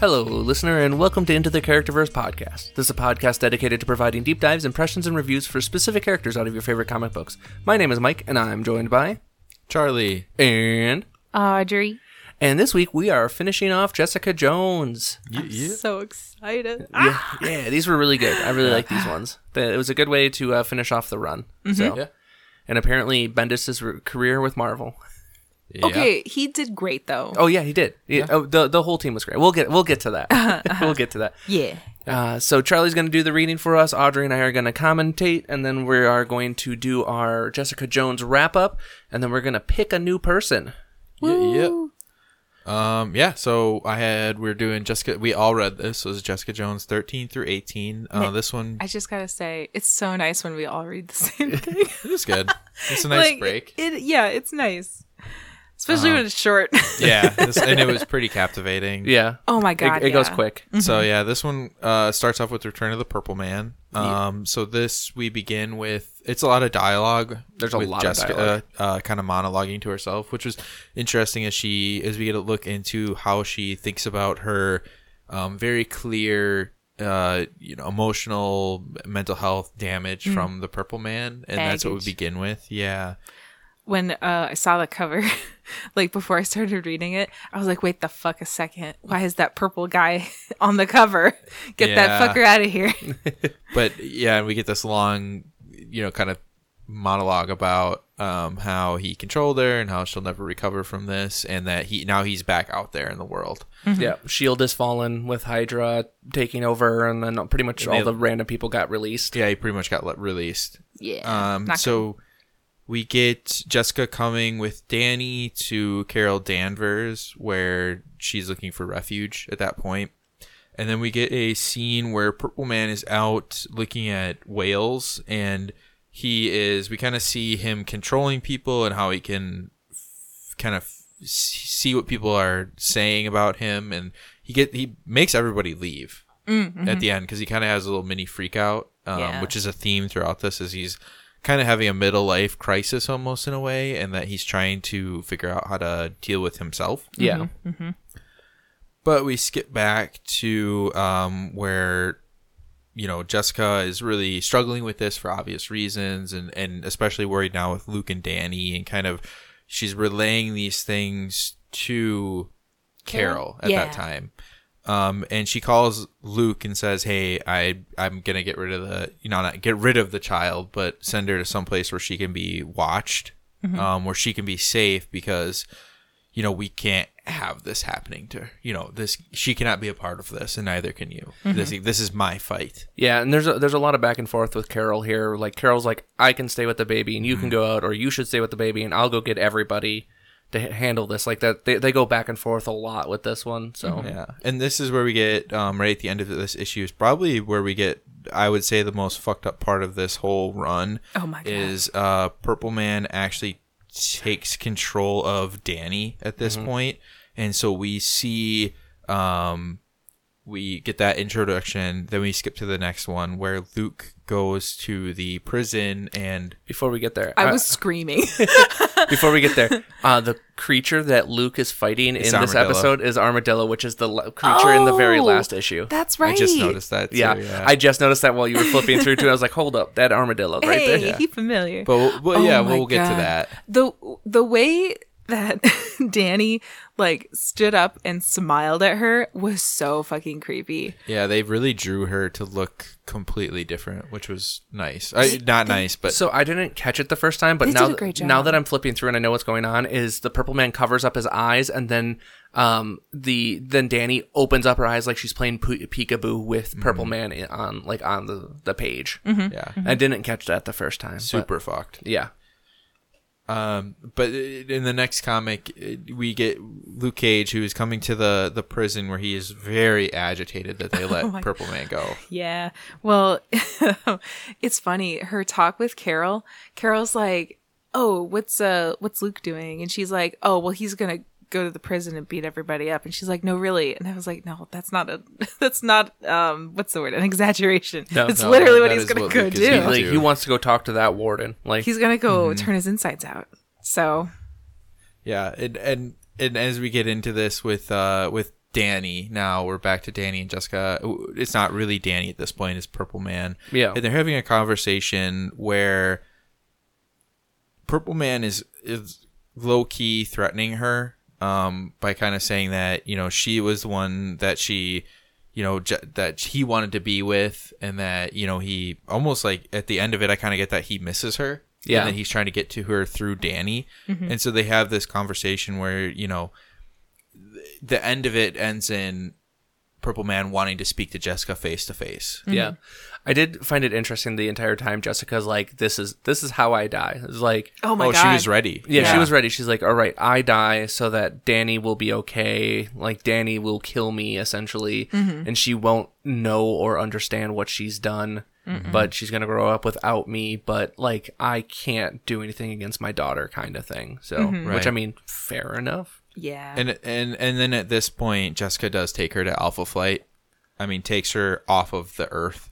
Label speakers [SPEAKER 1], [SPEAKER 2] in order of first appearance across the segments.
[SPEAKER 1] Hello, listener, and welcome to Into the Characterverse podcast. This is a podcast dedicated to providing deep dives, impressions, and reviews for specific characters out of your favorite comic books. My name is Mike, and I'm joined by
[SPEAKER 2] Charlie.
[SPEAKER 1] and
[SPEAKER 3] Audrey.
[SPEAKER 1] and this week we are finishing off Jessica Jones.
[SPEAKER 2] You, you,
[SPEAKER 3] So excited. Ah,
[SPEAKER 1] Yeah, yeah, these were really good. I really like these ones. The- It was a good way to uh, finish off the run. So,
[SPEAKER 2] Mm-hmm. Yeah.
[SPEAKER 1] and apparently Bendis' re- career with Marvel.
[SPEAKER 2] yeah.
[SPEAKER 3] Okay, he did great though.
[SPEAKER 1] Oh yeah, he did. He- Oh, the the whole team was great. We'll get we'll get to that. we'll get to that.
[SPEAKER 3] Yeah.
[SPEAKER 1] Uh, so Charlie's going to do the reading for us. Audrey and I are going to commentate, and then we are going to do our Jessica Jones wrap up, and then we're going to pick a new person.
[SPEAKER 2] Yeah, yeah. Um, yeah. So I had we are doing Jessica. We all read this. It was Jessica Jones thirteen through eighteen. Uh, this one
[SPEAKER 3] I just gotta say, it's so nice when we all read the same thing.
[SPEAKER 2] it was good. It's a nice break.
[SPEAKER 3] It, yeah, it's nice. Especially
[SPEAKER 1] Uh-huh.
[SPEAKER 3] when it's short.
[SPEAKER 2] yeah, this, and it was pretty captivating.
[SPEAKER 1] Yeah.
[SPEAKER 3] oh my
[SPEAKER 1] It-
[SPEAKER 3] god.
[SPEAKER 1] it, goes
[SPEAKER 3] yeah.
[SPEAKER 1] quick.
[SPEAKER 2] So yeah, this one uh, starts off with Return of the Purple Man. Um, so this we begin with it's a lot of dialogue.
[SPEAKER 1] There's a
[SPEAKER 2] with
[SPEAKER 1] lot of
[SPEAKER 2] Jessica,
[SPEAKER 1] dialogue.
[SPEAKER 2] Uh, kind of monologuing to herself, which was interesting as she as we get a look into how she thinks about her um, very clear. Uh, you know, emotional, mental health damage
[SPEAKER 1] Mm-hmm.
[SPEAKER 2] from the Purple Man, and that's what we
[SPEAKER 3] Baggage.
[SPEAKER 2] begin with. Yeah,
[SPEAKER 3] When uh, I saw the cover, like before I started reading it, I was like, wait the fuck a second. Why is that purple guy on the cover? Get that
[SPEAKER 2] Yeah.
[SPEAKER 3] fucker out of here.
[SPEAKER 2] but yeah, and we get this long, you know, kind of monologue about um, how he controlled her and how she'll never recover from this, and that he now he's back out there in the world.
[SPEAKER 3] Mm-hmm.
[SPEAKER 1] Yeah. Shield has fallen with Hydra taking over, and then pretty much all
[SPEAKER 2] they-
[SPEAKER 1] the random people got released.
[SPEAKER 2] Yeah, he pretty much got let released.
[SPEAKER 3] yeah.
[SPEAKER 2] Um,
[SPEAKER 3] not
[SPEAKER 2] so we get Jessica coming with Danny to Carol Danvers, where she's looking for refuge at that point. And then we get a scene where Purple Man is out looking at whales, and he is. We kind of see him controlling people and how he can f- kind of f- see what people are saying about him, and he get he makes everybody leave at the end because he kind of has a little mini freak out, um,
[SPEAKER 3] Yeah.
[SPEAKER 2] which is a theme throughout this. Is he's kind of having a middle life crisis almost in a way, and that he's trying to figure out how to deal with himself.
[SPEAKER 1] Yeah.
[SPEAKER 3] Mm-hmm.
[SPEAKER 2] But we skip back to um, where you know Jessica is really struggling with this for obvious reasons, and and especially worried now with Luke and Danny, and kind of she's relaying these things to Carol at
[SPEAKER 3] Yeah.
[SPEAKER 2] that time. Um, and she calls Luke and says, "Hey, I I'm gonna get rid of the you know not get rid of the child, but send her to some place where she can be watched, um, where she can be safe because you know we can't have this happening to her. You know this she cannot be a part of this, and neither can you.
[SPEAKER 3] Mm-hmm.
[SPEAKER 2] This e, this is my fight.
[SPEAKER 1] Yeah, and there's a, there's a lot of back and forth with Carol here. Like Carol's like, I can stay with the baby, and you can go out, or you should stay with the baby, and I'll go get everybody to h- handle this. Like that, they, they go back and forth a lot with this one.
[SPEAKER 3] Mm-hmm.
[SPEAKER 1] So
[SPEAKER 2] Yeah, and this is where we get um, right at the end of this issue is probably where we get I would say the most fucked up part of this whole run.
[SPEAKER 3] Oh my God.
[SPEAKER 2] Is uh, Purple Man actually takes control of Danny at this
[SPEAKER 3] Mm-hmm.
[SPEAKER 2] point. and so we see um, we get that introduction. Then we skip to the next one where Luke goes to the prison and
[SPEAKER 1] before we get there,
[SPEAKER 3] I
[SPEAKER 1] uh,
[SPEAKER 3] was screaming.
[SPEAKER 1] before we get there, uh, the creature that Luke is fighting in this
[SPEAKER 2] armadillo.
[SPEAKER 1] episode is armadillo, which is the la- creature in the very
[SPEAKER 3] Oh,
[SPEAKER 1] last issue.
[SPEAKER 3] That's right.
[SPEAKER 2] I just noticed that. Too,
[SPEAKER 1] yeah, I just noticed that while you were flipping through too. I was like, hold up, that armadillo right
[SPEAKER 3] hey,
[SPEAKER 1] there.
[SPEAKER 3] he familiar.
[SPEAKER 2] but we'll, well,
[SPEAKER 3] Oh
[SPEAKER 2] yeah,
[SPEAKER 3] my
[SPEAKER 2] we'll get to
[SPEAKER 3] God.
[SPEAKER 2] that.
[SPEAKER 3] the the way that Danny like stood up and smiled at her was so fucking creepy.
[SPEAKER 2] Yeah, they really drew her to look completely different, which was nice. I, not nice, but
[SPEAKER 1] So I didn't catch it the first time, but
[SPEAKER 3] They
[SPEAKER 1] now
[SPEAKER 3] did a great
[SPEAKER 1] now
[SPEAKER 3] job.
[SPEAKER 1] that I'm flipping through and I know what's going on, is the purple man covers up his eyes and then um the then Danny opens up her eyes like she's playing pu- peekaboo with purple man in, on like on the the page.
[SPEAKER 3] Mm-hmm.
[SPEAKER 2] yeah,
[SPEAKER 1] I didn't catch that the first time. but-
[SPEAKER 2] super fucked.
[SPEAKER 1] yeah.
[SPEAKER 2] Um, but in the next comic, it- we get Luke Cage, who is coming to the the prison where he is very agitated that they
[SPEAKER 3] Oh
[SPEAKER 2] let Purple Man go.
[SPEAKER 3] Yeah. Well, it's funny her talk with Carol. Carol's like, "Oh, what's uh what's Luke doing?" And she's like, "Oh, well he's going to go to the prison and beat everybody up." And she's like, "No, really." And I was like, "No, that's not a that's not um what's the word? An exaggeration.
[SPEAKER 1] No,
[SPEAKER 3] that's
[SPEAKER 2] no,
[SPEAKER 3] literally what
[SPEAKER 2] that
[SPEAKER 3] he's
[SPEAKER 2] is
[SPEAKER 3] going
[SPEAKER 2] what
[SPEAKER 3] to go
[SPEAKER 2] Luke is
[SPEAKER 3] do."
[SPEAKER 2] doing.
[SPEAKER 1] Like
[SPEAKER 2] too.
[SPEAKER 1] he wants to go talk to that warden. Like
[SPEAKER 3] He's gonna go
[SPEAKER 2] Mm-hmm.
[SPEAKER 3] turn his insides out. So
[SPEAKER 2] Yeah, and and and as we get into this with uh with Danny. Now we're back to Danny and Jessica. It's not really Danny at this point, it's Purple Man.
[SPEAKER 1] Yeah.
[SPEAKER 2] And they're having a conversation where Purple Man is is low key threatening her um, by kind of saying that, you know, she was the one that she you know j- that he wanted to be with and that you know he almost like at the end of it i kind of get that he misses her
[SPEAKER 1] Yeah.
[SPEAKER 2] and that he's trying to get to her through danny
[SPEAKER 3] Mm-hmm.
[SPEAKER 2] and so they have this conversation where you know th- the end of it ends in purple man wanting to speak to jessica face to face
[SPEAKER 3] Mm.
[SPEAKER 1] Yeah.
[SPEAKER 3] Mm-hmm.
[SPEAKER 1] I did find it interesting the entire time Jessica's like, This is this is how I die. It's like
[SPEAKER 3] Oh my
[SPEAKER 2] oh
[SPEAKER 3] god.
[SPEAKER 2] she was ready
[SPEAKER 1] yeah, she
[SPEAKER 3] Yeah.
[SPEAKER 1] was ready. She's like, All right, I die so that Danny will be okay. Like Danny will kill me essentially
[SPEAKER 3] Mm-hmm.
[SPEAKER 1] and she won't know or understand what she's done.
[SPEAKER 3] Mm-hmm.
[SPEAKER 1] But she's gonna grow up without me, but like I can't do anything against my daughter kind of thing. So which
[SPEAKER 3] Mm-hmm.
[SPEAKER 2] Right.
[SPEAKER 1] I mean, fair enough.
[SPEAKER 3] Yeah.
[SPEAKER 2] and and and then at this point jessica does take her to alpha flight i mean takes her off of the earth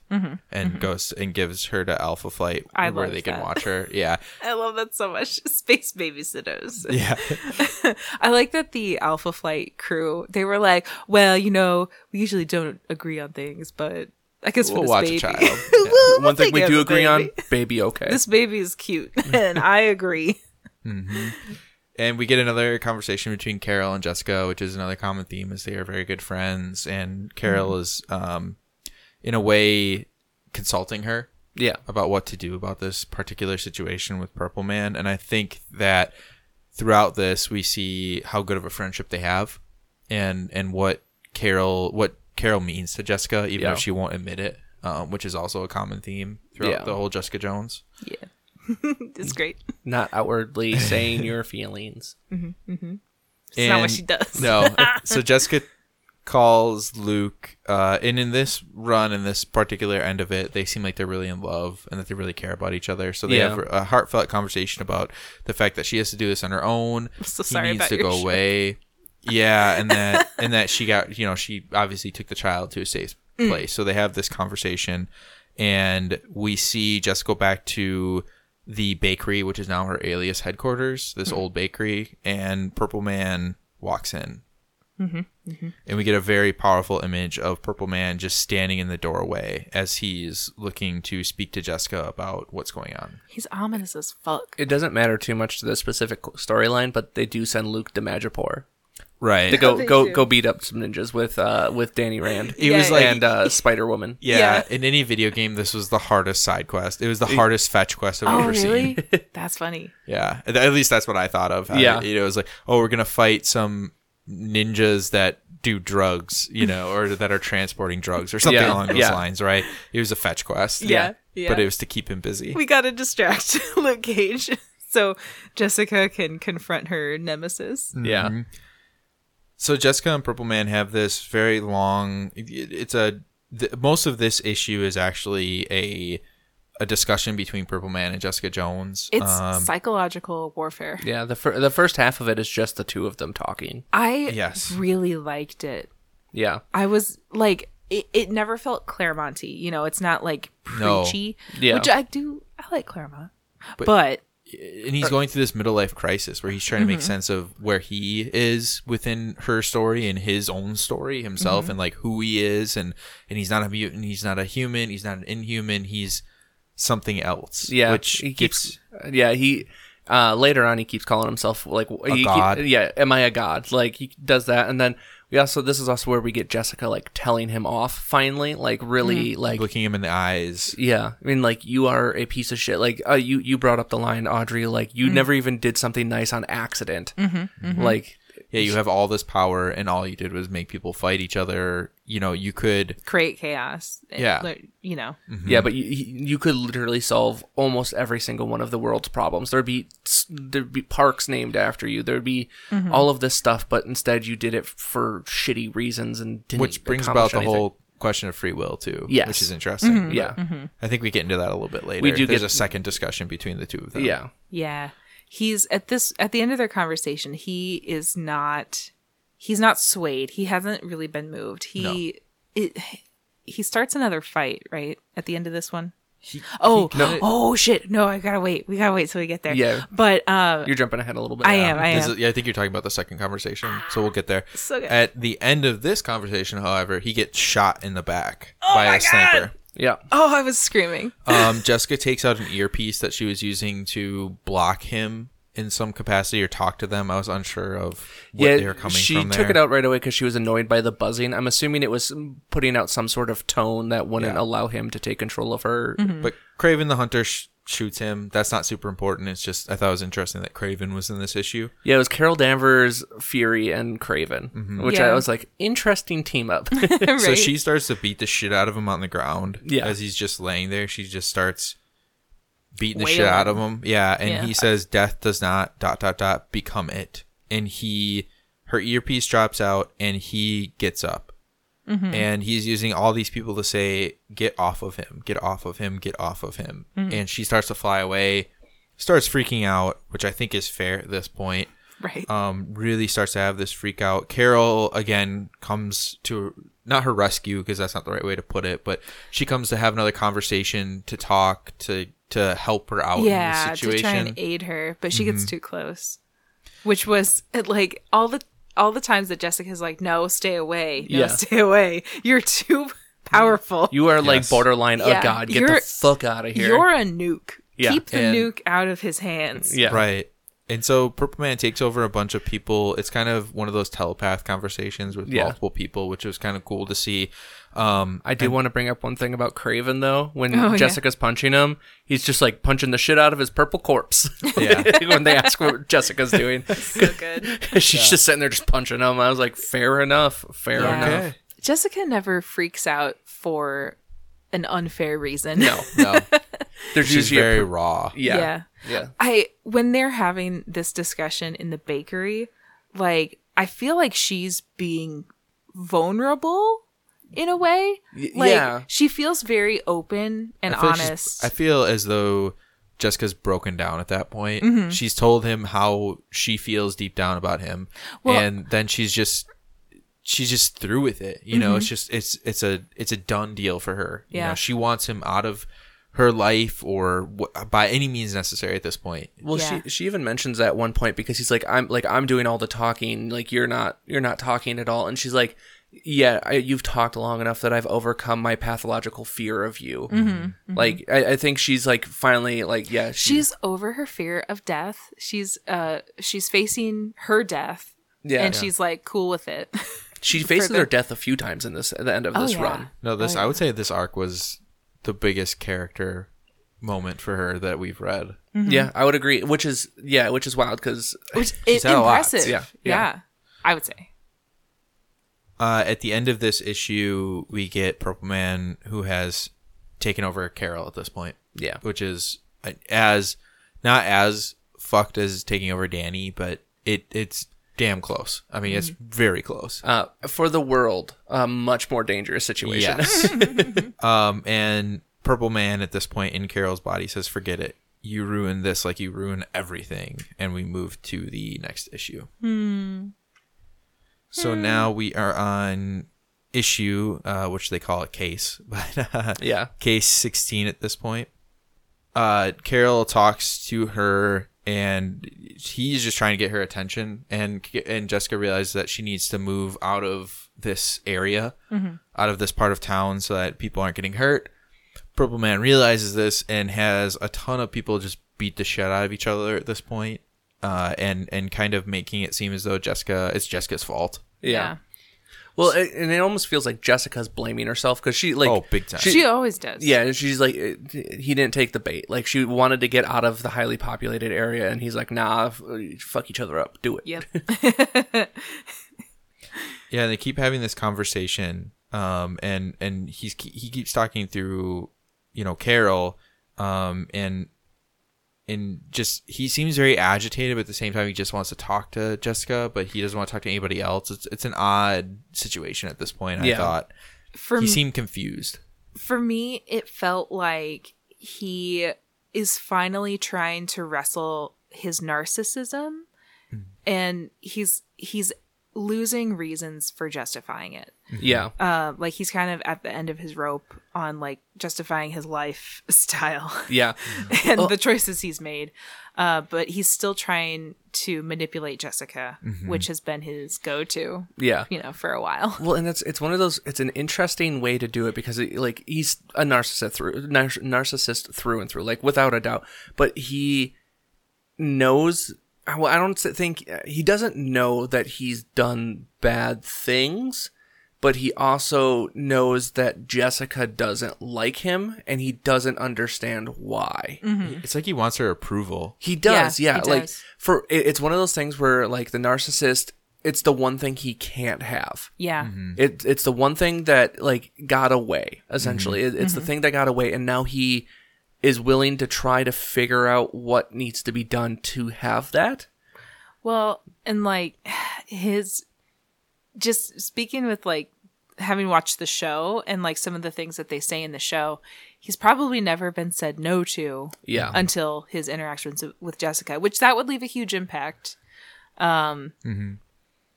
[SPEAKER 2] and goes and gives her to alpha flight
[SPEAKER 3] Mm-hmm. I
[SPEAKER 2] where
[SPEAKER 3] loved
[SPEAKER 2] they can
[SPEAKER 3] that.
[SPEAKER 2] watch her yeah
[SPEAKER 3] I love that so much. Space babysitters.
[SPEAKER 2] yeah
[SPEAKER 3] I like that the Alpha Flight crew, they were like, well, you know, we usually don't agree on things, but I guess
[SPEAKER 2] We'll
[SPEAKER 3] for
[SPEAKER 2] watch a
[SPEAKER 3] this baby.
[SPEAKER 2] child.
[SPEAKER 3] we'll-
[SPEAKER 2] Yeah.
[SPEAKER 3] we'll
[SPEAKER 1] One thing
[SPEAKER 3] take
[SPEAKER 1] we
[SPEAKER 3] care
[SPEAKER 1] do
[SPEAKER 3] of the
[SPEAKER 1] agree on,
[SPEAKER 3] baby.
[SPEAKER 1] baby okay.
[SPEAKER 3] This baby is cute, and I agree.
[SPEAKER 2] and we get another conversation between Carol and Jessica, which is another common theme, is they are very good friends, and Carol
[SPEAKER 3] Mm-hmm.
[SPEAKER 2] is, um, in a way, consulting her
[SPEAKER 1] yeah.
[SPEAKER 2] about what to do about this particular situation with Purple Man, and I think that throughout this we see how good of a friendship they have, and and what Carol what Carol means to Jessica, even
[SPEAKER 1] Yeah.
[SPEAKER 2] if she won't admit it, um, which is also a common theme throughout
[SPEAKER 1] Yeah.
[SPEAKER 2] the whole Jessica Jones.
[SPEAKER 3] Yeah. it's great.
[SPEAKER 1] Not outwardly saying your feelings.
[SPEAKER 3] It's not what
[SPEAKER 2] And-
[SPEAKER 3] she does.
[SPEAKER 2] No. so Jessica calls Luke, uh, and in this run, in this particular end of it, they seem like they're really in love and that they really care about each other. So they
[SPEAKER 1] Yeah.
[SPEAKER 2] have a heartfelt conversation about the fact that she has to do this on her own. I'm
[SPEAKER 3] so sorry
[SPEAKER 2] He needs
[SPEAKER 3] about
[SPEAKER 2] to
[SPEAKER 3] your
[SPEAKER 2] go
[SPEAKER 3] shirt.
[SPEAKER 2] away. Yeah, and that and that she got you know she obviously took the child to a safe
[SPEAKER 3] Mm.
[SPEAKER 2] place. So they have this conversation, and we see Jessica back to the bakery, which is now her alias headquarters,
[SPEAKER 3] Mm-hmm.
[SPEAKER 2] this old bakery, and Purple Man walks in
[SPEAKER 3] Mm-hmm,
[SPEAKER 2] and we get a very powerful image of Purple Man just standing in the doorway as he's looking to speak to Jessica about what's going on.
[SPEAKER 3] He's ominous as fuck.
[SPEAKER 1] It doesn't matter too much to the specific storyline, but they do send Luke to Madripoor
[SPEAKER 2] Right.
[SPEAKER 1] to go
[SPEAKER 3] they
[SPEAKER 1] go
[SPEAKER 3] do.
[SPEAKER 1] go beat up some ninjas with uh with Danny Rand
[SPEAKER 2] it was
[SPEAKER 3] Yeah,
[SPEAKER 2] like
[SPEAKER 1] and uh, Spider Woman.
[SPEAKER 2] yeah,
[SPEAKER 3] Yeah.
[SPEAKER 2] in any video game this was the hardest side quest. It was the hardest fetch quest I've
[SPEAKER 3] Oh,
[SPEAKER 2] ever
[SPEAKER 3] really?
[SPEAKER 2] seen.
[SPEAKER 3] That's funny.
[SPEAKER 2] Yeah. At- At least that's what I thought of. I-
[SPEAKER 1] Yeah.
[SPEAKER 2] you know, it was like, "Oh, we're going to fight some ninjas that do drugs, you know, or that are transporting drugs or something
[SPEAKER 1] Yeah,
[SPEAKER 2] along those
[SPEAKER 1] yeah.
[SPEAKER 2] lines, right? It was a fetch quest.
[SPEAKER 3] Yeah, yeah.
[SPEAKER 2] But it was to keep him busy.
[SPEAKER 3] We gotta distract Luke Cage so Jessica can confront her nemesis.
[SPEAKER 1] Yeah.
[SPEAKER 2] So Jessica and Purple Man have this very long. it- It's a th- most of this issue is actually a a discussion between Purple Man and Jessica Jones. Um,
[SPEAKER 3] It's psychological warfare.
[SPEAKER 1] Yeah, the fir- the first half of it is just the two of them talking.
[SPEAKER 3] I
[SPEAKER 2] Yes.
[SPEAKER 3] really liked it.
[SPEAKER 1] Yeah,
[SPEAKER 3] I was like, it, it never felt Claremonty. You know, it's not like
[SPEAKER 2] No.
[SPEAKER 3] preachy.
[SPEAKER 1] Yeah.
[SPEAKER 3] Which I do. I like Claremont, but,
[SPEAKER 2] and he's going through this middle life crisis where he's trying to make
[SPEAKER 1] Mm-hmm.
[SPEAKER 2] sense of where he is within her story and his own story
[SPEAKER 1] Mm-hmm.
[SPEAKER 2] himself and like who he is and and he's not a mutant, he's not a human, he's not an inhuman, he's something else.
[SPEAKER 1] yeah.
[SPEAKER 2] which
[SPEAKER 1] he
[SPEAKER 2] gets-
[SPEAKER 1] keeps. Yeah, he. Uh, later on, he keeps calling himself like a
[SPEAKER 2] god.
[SPEAKER 1] yeah, am I a god? Like he does that, and then we also this is also where we get Jessica like telling him off finally, like really like
[SPEAKER 2] looking him in the eyes.
[SPEAKER 1] Yeah, I mean, like you are a piece of shit. Like uh, you, you brought up the line, Audrey. Like
[SPEAKER 3] Mm-hmm.
[SPEAKER 1] you never even did something nice on accident. Like
[SPEAKER 2] Yeah, you have all this power, and all you did was make people fight each other. You know, you could.
[SPEAKER 3] create chaos. It-
[SPEAKER 2] Yeah. Mm-hmm.
[SPEAKER 3] like, You know,
[SPEAKER 1] yeah, but you, you could literally solve almost every single one of the world's problems. There'd be there'd be parks named after you. There'd be
[SPEAKER 3] Mm-hmm.
[SPEAKER 1] all of this stuff, but instead you did it for shitty reasons and didn't
[SPEAKER 2] Which brings
[SPEAKER 1] accomplish
[SPEAKER 2] about the
[SPEAKER 1] anything.
[SPEAKER 2] whole question of free will too.
[SPEAKER 1] Yes. Mm-hmm.
[SPEAKER 2] which is interesting.
[SPEAKER 1] yeah
[SPEAKER 2] I think we get into that a little bit later.
[SPEAKER 1] We do
[SPEAKER 2] There's
[SPEAKER 1] get-
[SPEAKER 2] a second discussion between the two of them.
[SPEAKER 1] yeah
[SPEAKER 3] yeah. He's at this at the end of their conversation. He is not. He's not swayed. He hasn't really been moved. He it. He starts another fight right at the end of this one.
[SPEAKER 2] He,
[SPEAKER 3] Oh,
[SPEAKER 2] he kinda-
[SPEAKER 3] oh shit! No, I gotta wait. We gotta wait till we get there.
[SPEAKER 1] Yeah.
[SPEAKER 3] but um,
[SPEAKER 1] You're jumping ahead a little bit.
[SPEAKER 3] I
[SPEAKER 1] now.
[SPEAKER 3] am. I
[SPEAKER 2] This
[SPEAKER 3] am.
[SPEAKER 2] is- yeah, I think you're talking about the second conversation, so we'll get there.
[SPEAKER 3] So good.
[SPEAKER 2] At the end of this conversation, however, he gets shot in the back by a sniper.
[SPEAKER 1] Yeah.
[SPEAKER 3] oh, I was screaming.
[SPEAKER 2] Um, Jessica takes out an earpiece that she was using to block him in some capacity or talk to them. I was unsure of what they were coming
[SPEAKER 1] she
[SPEAKER 2] from.
[SPEAKER 1] took
[SPEAKER 2] there.
[SPEAKER 1] it out right away because she was annoyed by the buzzing. I'm assuming it was putting out some sort of tone that wouldn't
[SPEAKER 2] Yeah.
[SPEAKER 1] allow him to take control of her.
[SPEAKER 3] Mm-hmm.
[SPEAKER 2] But Craven the Hunter sh- shoots him. That's not super important. It's just I thought it was interesting that Craven was in this issue.
[SPEAKER 1] Yeah, it was Carol Danvers, Fury, and Craven,
[SPEAKER 2] Mm-hmm.
[SPEAKER 1] which
[SPEAKER 3] Yeah.
[SPEAKER 1] I was like, interesting team up.
[SPEAKER 3] right?
[SPEAKER 2] So she starts to beat the shit out of him on the ground.
[SPEAKER 1] Yeah.
[SPEAKER 2] As he's just laying there, she just starts beating the shit
[SPEAKER 3] Wailing.
[SPEAKER 2] out of him. Yeah. And
[SPEAKER 3] Yeah.
[SPEAKER 2] he says, Death does not dot dot dot become it. And he her earpiece drops out and he gets up.
[SPEAKER 3] Mm-hmm.
[SPEAKER 2] And he's using all these people to say, Get off of him, get off of him, get off of him.
[SPEAKER 3] Mm-hmm.
[SPEAKER 2] And she starts to fly away, starts freaking out, which I think is fair at this point
[SPEAKER 3] right.
[SPEAKER 2] um, really starts to have this freak out. Carol again comes to not her rescue because that's not the right way to put it, but she comes to have another conversation to talk to to help her
[SPEAKER 1] Oh,
[SPEAKER 2] out in
[SPEAKER 3] yeah,
[SPEAKER 2] this
[SPEAKER 3] to
[SPEAKER 2] situation.
[SPEAKER 3] try and aid her, but she
[SPEAKER 1] Mm-hmm.
[SPEAKER 3] gets too close. Which was it, like all the all the times that Jessica's like, "No, stay away. No,
[SPEAKER 1] Yeah.
[SPEAKER 3] stay away. You're too powerful.
[SPEAKER 1] you are like
[SPEAKER 2] Yes.
[SPEAKER 1] borderline, oh
[SPEAKER 3] Yeah,
[SPEAKER 1] god, get
[SPEAKER 3] you're-
[SPEAKER 1] the fuck out of here.
[SPEAKER 3] You're a nuke.
[SPEAKER 1] Yeah,
[SPEAKER 3] Keep the
[SPEAKER 2] and-
[SPEAKER 3] nuke out of his hands."
[SPEAKER 1] yeah.
[SPEAKER 2] Right. And so Purple Man takes over a bunch of people. It's kind of one of those telepath conversations with
[SPEAKER 1] Yeah.
[SPEAKER 2] multiple people, which was kind of cool to see. Um,
[SPEAKER 1] I do want to bring up one thing about Craven though. When
[SPEAKER 3] Oh, yeah.
[SPEAKER 1] Jessica's punching him, he's just like punching the shit out of his purple corpse.
[SPEAKER 2] Yeah.
[SPEAKER 1] when they ask what Jessica's doing,
[SPEAKER 3] so good.
[SPEAKER 1] she's just sitting there just punching him. I was like, fair enough, fair
[SPEAKER 3] Yeah.
[SPEAKER 1] enough.
[SPEAKER 2] okay.
[SPEAKER 3] Jessica never freaks out for an unfair reason.
[SPEAKER 1] No,
[SPEAKER 2] No,
[SPEAKER 1] there's
[SPEAKER 2] she's
[SPEAKER 1] usually
[SPEAKER 2] very
[SPEAKER 1] a, pr-
[SPEAKER 2] raw.
[SPEAKER 1] yeah, yeah,
[SPEAKER 3] yeah. I when they're having this discussion in the bakery, like I feel like she's being vulnerable in a way.
[SPEAKER 1] Y-
[SPEAKER 3] Like
[SPEAKER 1] yeah.
[SPEAKER 3] she feels very open and
[SPEAKER 2] I feel like she's-
[SPEAKER 3] honest.
[SPEAKER 2] I feel as though Jessica's broken down at that point.
[SPEAKER 3] Mm-hmm.
[SPEAKER 2] She's told him how she feels deep down about him,
[SPEAKER 3] Well-
[SPEAKER 2] and then she's just she's just through with it. You know, it's just it's it's a it's a done deal for her. You
[SPEAKER 3] Mm-hmm. Yeah.
[SPEAKER 2] know, she wants him out of her life or wh- by any means necessary at this point.
[SPEAKER 1] Well,
[SPEAKER 3] Yeah.
[SPEAKER 1] she she even mentions that at one point because he's like, I'm like I'm doing all the talking, like you're not you're not talking at all, and she's like, Yeah, I, you've talked long enough that I've overcome my pathological fear of you.
[SPEAKER 3] Mm-hmm,
[SPEAKER 1] Like I, I think she's like finally like yeah she-
[SPEAKER 3] she's over her fear of death. She's uh she's facing her death.
[SPEAKER 1] Yeah.
[SPEAKER 3] and
[SPEAKER 1] Yeah.
[SPEAKER 3] she's like cool with it.
[SPEAKER 1] she faces
[SPEAKER 3] further-
[SPEAKER 1] her death a few times in this at the end of
[SPEAKER 3] Oh,
[SPEAKER 1] this
[SPEAKER 3] yeah.
[SPEAKER 1] run.
[SPEAKER 2] No, this
[SPEAKER 3] Oh, yeah.
[SPEAKER 2] I would say this arc was the biggest character moment for her that we've read.
[SPEAKER 3] Mm-hmm.
[SPEAKER 1] Yeah, I would agree. Which is yeah, which is wild because
[SPEAKER 3] Which is
[SPEAKER 2] had a lot.
[SPEAKER 3] impressive.
[SPEAKER 1] Yeah,
[SPEAKER 3] yeah.
[SPEAKER 1] yeah.
[SPEAKER 3] I would say.
[SPEAKER 2] uh, at the end of this issue, we get Purple Man who has taken over Carol at this point.
[SPEAKER 1] Yeah.
[SPEAKER 2] which is uh, as not as fucked as taking over Danny, but it it's damn close. I mean, it's very close.
[SPEAKER 1] uh, for the world, a much more dangerous situation.
[SPEAKER 2] Yes. um, and Purple Man at this point in Carol's body says, "Forget it. You ruined this, like you ruin everything." And we move to the next issue. So now we are on issue, uh, which they call a case, but uh,
[SPEAKER 1] Yeah.
[SPEAKER 2] case sixteen at this point. Uh, Carol talks to her, and he's just trying to get her attention. And and Jessica realizes that she needs to move out of this area, out of this part of town, so that people aren't getting hurt. Purple Man realizes this and has a ton of people just beat the shit out of each other at this point, uh, and and kind of making it seem as though Jessica it's Jessica's fault.
[SPEAKER 1] yeah. Well, it, and it almost feels like Jessica's blaming herself because she like
[SPEAKER 2] Oh, big time.
[SPEAKER 3] Yeah. She always does.
[SPEAKER 1] Yeah, and she's like, eh, he didn't take the bait. Like, she wanted to get out of the highly populated area, and he's like, nah, f- fuck each other up. Do it.
[SPEAKER 3] Yep.
[SPEAKER 2] Yeah, they keep having this conversation, um, and and he's he keeps talking through, you know, Carol, um, and and just he seems very agitated, but at the same time he just wants to talk to Jessica, but he doesn't want to talk to anybody else. It's it's an odd situation at this point. I
[SPEAKER 1] Yeah.
[SPEAKER 2] thought
[SPEAKER 3] For
[SPEAKER 2] he
[SPEAKER 3] me-
[SPEAKER 2] seemed confused.
[SPEAKER 3] for me, it felt like he is finally trying to wrestle his narcissism and he's he's losing reasons for justifying it.
[SPEAKER 1] Yeah.
[SPEAKER 3] Uh, like he's kind of at the end of his rope on like justifying his life style
[SPEAKER 1] Yeah.
[SPEAKER 3] and the choices he's made. Uh, but he's still trying to manipulate Jessica, which has been his go-to,
[SPEAKER 1] Yeah.
[SPEAKER 3] you know, for a while.
[SPEAKER 1] Well, and that's it's one of those. It's an interesting way to do it because it, like he's a narcissist through nar- narcissist through and through, like without a doubt. But he knows. Well, I don't think uh, he doesn't know that he's done bad things, but he also knows that Jessica doesn't like him, and he doesn't understand why.
[SPEAKER 2] It's like he wants her approval.
[SPEAKER 1] He does,
[SPEAKER 3] Mm-hmm. Yeah,
[SPEAKER 1] yeah.
[SPEAKER 3] he
[SPEAKER 1] like
[SPEAKER 3] does.
[SPEAKER 1] for it, it's one of those things where like the narcissist, it's the one thing he can't have.
[SPEAKER 3] Yeah.
[SPEAKER 1] It, it's the one thing that like got away essentially. It, it's the thing that got away, and now he is willing to try to figure out what needs to be done to have that.
[SPEAKER 3] Well, and like his just speaking with like having watched the show and like some of the things that they say in the show, he's probably never been said no to
[SPEAKER 1] Yeah,
[SPEAKER 3] until his interactions with Jessica, which that would leave a huge impact. Um
[SPEAKER 1] Mm-hmm.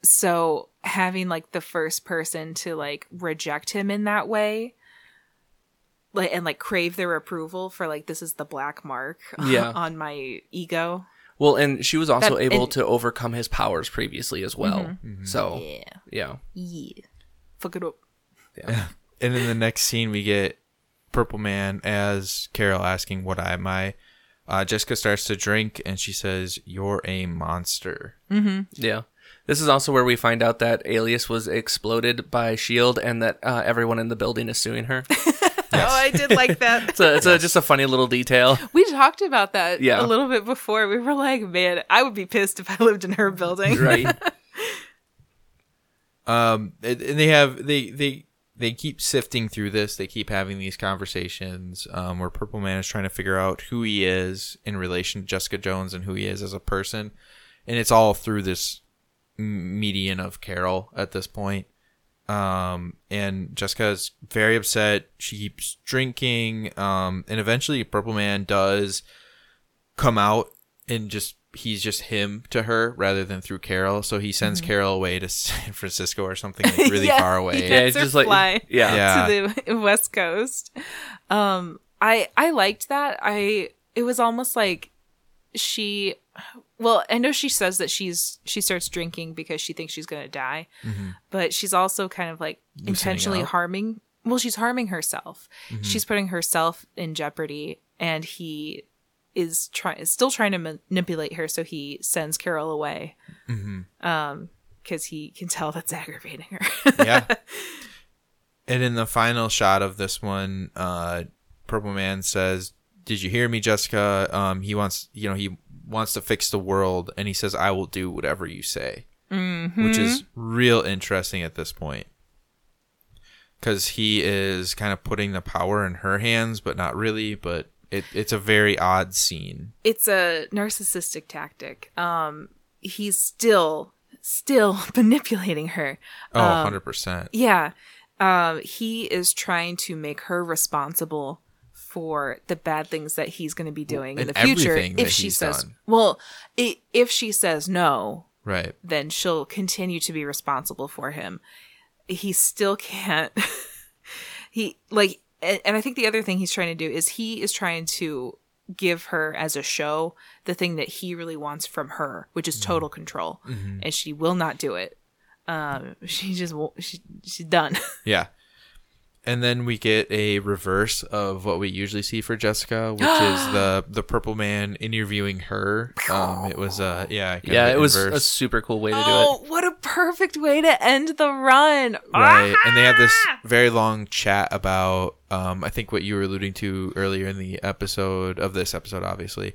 [SPEAKER 3] so having like the first person to like reject him in that way like and like crave their approval for like this is the black mark
[SPEAKER 1] Yeah.
[SPEAKER 3] on my ego.
[SPEAKER 1] well, and she was also
[SPEAKER 3] That-
[SPEAKER 1] able
[SPEAKER 3] and-
[SPEAKER 1] to overcome his powers previously as well. So yeah.
[SPEAKER 3] Yeah. Fuck it up.
[SPEAKER 2] And then the next scene, we get Purple Man as Carol asking, "What am I?" Uh, Jessica starts to drink, and she says, "You're a monster."
[SPEAKER 1] yeah. This is also where we find out that Alias was exploded by Shield, and that uh, everyone in the building is suing her.
[SPEAKER 3] Oh, I did like that.
[SPEAKER 1] It's, a, it's a, just a funny little detail.
[SPEAKER 3] we talked about that
[SPEAKER 1] Yeah.
[SPEAKER 3] a little bit before. We were like, man, I would be pissed if I lived in her building.
[SPEAKER 1] right
[SPEAKER 2] um and and they have they they they keep sifting through this they keep having these conversations um where purple man is trying to figure out who he is in relation to jessica jones and who he is as a person and it's all through this m- median of carol at this point um and jessica is very upset she keeps drinking um and eventually purple man does come out and just he's just him to her rather than through Carol. So he sends Carol away to San Francisco or something like really
[SPEAKER 3] Yeah,
[SPEAKER 2] far away.
[SPEAKER 1] yeah
[SPEAKER 3] yeah.
[SPEAKER 1] it's
[SPEAKER 3] Sir
[SPEAKER 1] just like
[SPEAKER 3] Fly.
[SPEAKER 1] yeah
[SPEAKER 2] Yeah.
[SPEAKER 3] to the West Coast. Um, I I liked that. I it was almost like she. Well, I know she says that she's she starts drinking because she thinks she's gonna die, but she's also kind of like intentionally
[SPEAKER 2] Mm-hmm. up. Mm-hmm.
[SPEAKER 3] harming. Well, she's harming herself. She's putting herself in jeopardy, and he is trying still trying to ma- manipulate her. So he sends Carol away. Um.
[SPEAKER 2] Mm-hmm.
[SPEAKER 3] Because he can tell that's aggravating her.
[SPEAKER 2] yeah. And in the final shot of this one, uh, Purple Man says, "Did you hear me, Jessica?" Um, he wants, you know, he wants to fix the world, and he says, "I will do whatever you say," which is real interesting at this point because he is kind of putting the power in her hands, but not really. But it, it's a very odd scene.
[SPEAKER 3] it's a narcissistic tactic. Um, he's still still manipulating her.
[SPEAKER 2] Oh, 100%.
[SPEAKER 3] Yeah. Um, he is trying to make her responsible for the bad things that he's going to be doing in
[SPEAKER 2] and
[SPEAKER 3] the future
[SPEAKER 2] everything
[SPEAKER 3] if
[SPEAKER 2] that
[SPEAKER 3] she
[SPEAKER 2] he's
[SPEAKER 3] says
[SPEAKER 2] done.
[SPEAKER 3] well i if she says no
[SPEAKER 2] Right.
[SPEAKER 3] then she'll continue to be responsible for him. He still can't. he like, and, and I think the other thing he's trying to do is he is trying to give her as a show the thing that he really wants from her, which
[SPEAKER 1] Mm-hmm.
[SPEAKER 3] is total control, and she will not do it. Um, she just wo- she she's done.
[SPEAKER 2] Yeah. And then we get a reverse of what we usually see for Jessica, which is the the purple man interviewing her. Um, it was uh yeah kind of
[SPEAKER 1] yeah
[SPEAKER 2] the
[SPEAKER 1] it was a
[SPEAKER 2] inverse.
[SPEAKER 1] super cool way to do it
[SPEAKER 3] oh, what a perfect way to end the run!
[SPEAKER 2] right. And they have this very long chat about um I think what you were alluding to earlier in the episode of this episode, obviously,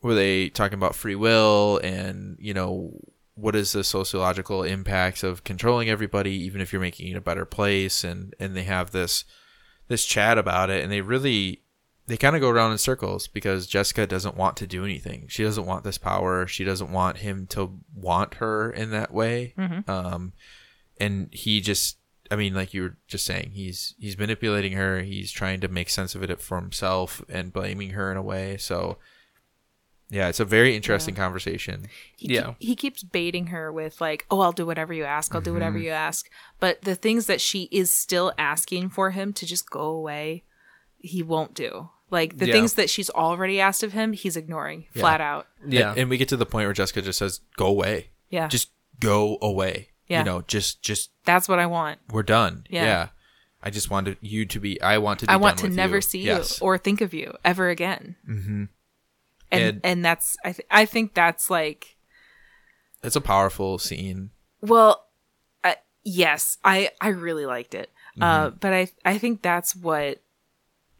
[SPEAKER 2] where they talking about free will and you know what is the sociological impacts of controlling everybody, even if you're making it a better place, and and they have this this chat about it and they really they kind of go around in circles because Jessica doesn't want to do anything. She doesn't want this power. She doesn't want him to want her in that way. Um, and he just, I mean, like you were just saying, he's he's manipulating her. He's trying to make sense of it for himself and blaming her in a way. So Yeah, it's a very interesting conversation.
[SPEAKER 3] He
[SPEAKER 1] Yeah.
[SPEAKER 3] keep- he keeps baiting her with like, "Oh, I'll do whatever you ask. I'll do whatever you ask." But the things that she is still asking for him to just go away, he won't do. Like the
[SPEAKER 1] Yeah.
[SPEAKER 3] things that she's already asked of him, he's ignoring flat out.
[SPEAKER 1] Yeah.
[SPEAKER 2] And, and we get to the point where Jessica just says, "Go away."
[SPEAKER 3] Yeah.
[SPEAKER 2] Just go away.
[SPEAKER 3] Yeah.
[SPEAKER 2] You know, just just
[SPEAKER 3] That's what I want.
[SPEAKER 2] we're done.
[SPEAKER 3] Yeah.
[SPEAKER 2] Yeah. I just wanted you to be. I want to. Be
[SPEAKER 3] I want
[SPEAKER 2] done
[SPEAKER 3] to
[SPEAKER 2] with
[SPEAKER 3] never
[SPEAKER 2] you.
[SPEAKER 3] see
[SPEAKER 2] Yes.
[SPEAKER 3] you or think of you ever again. Mm-hmm. And and,
[SPEAKER 2] And-
[SPEAKER 3] that's I th- I think that's like
[SPEAKER 2] it's a powerful scene.
[SPEAKER 3] well, uh, yes, I I really liked it, uh,
[SPEAKER 2] Mm-hmm.
[SPEAKER 3] but I I think that's what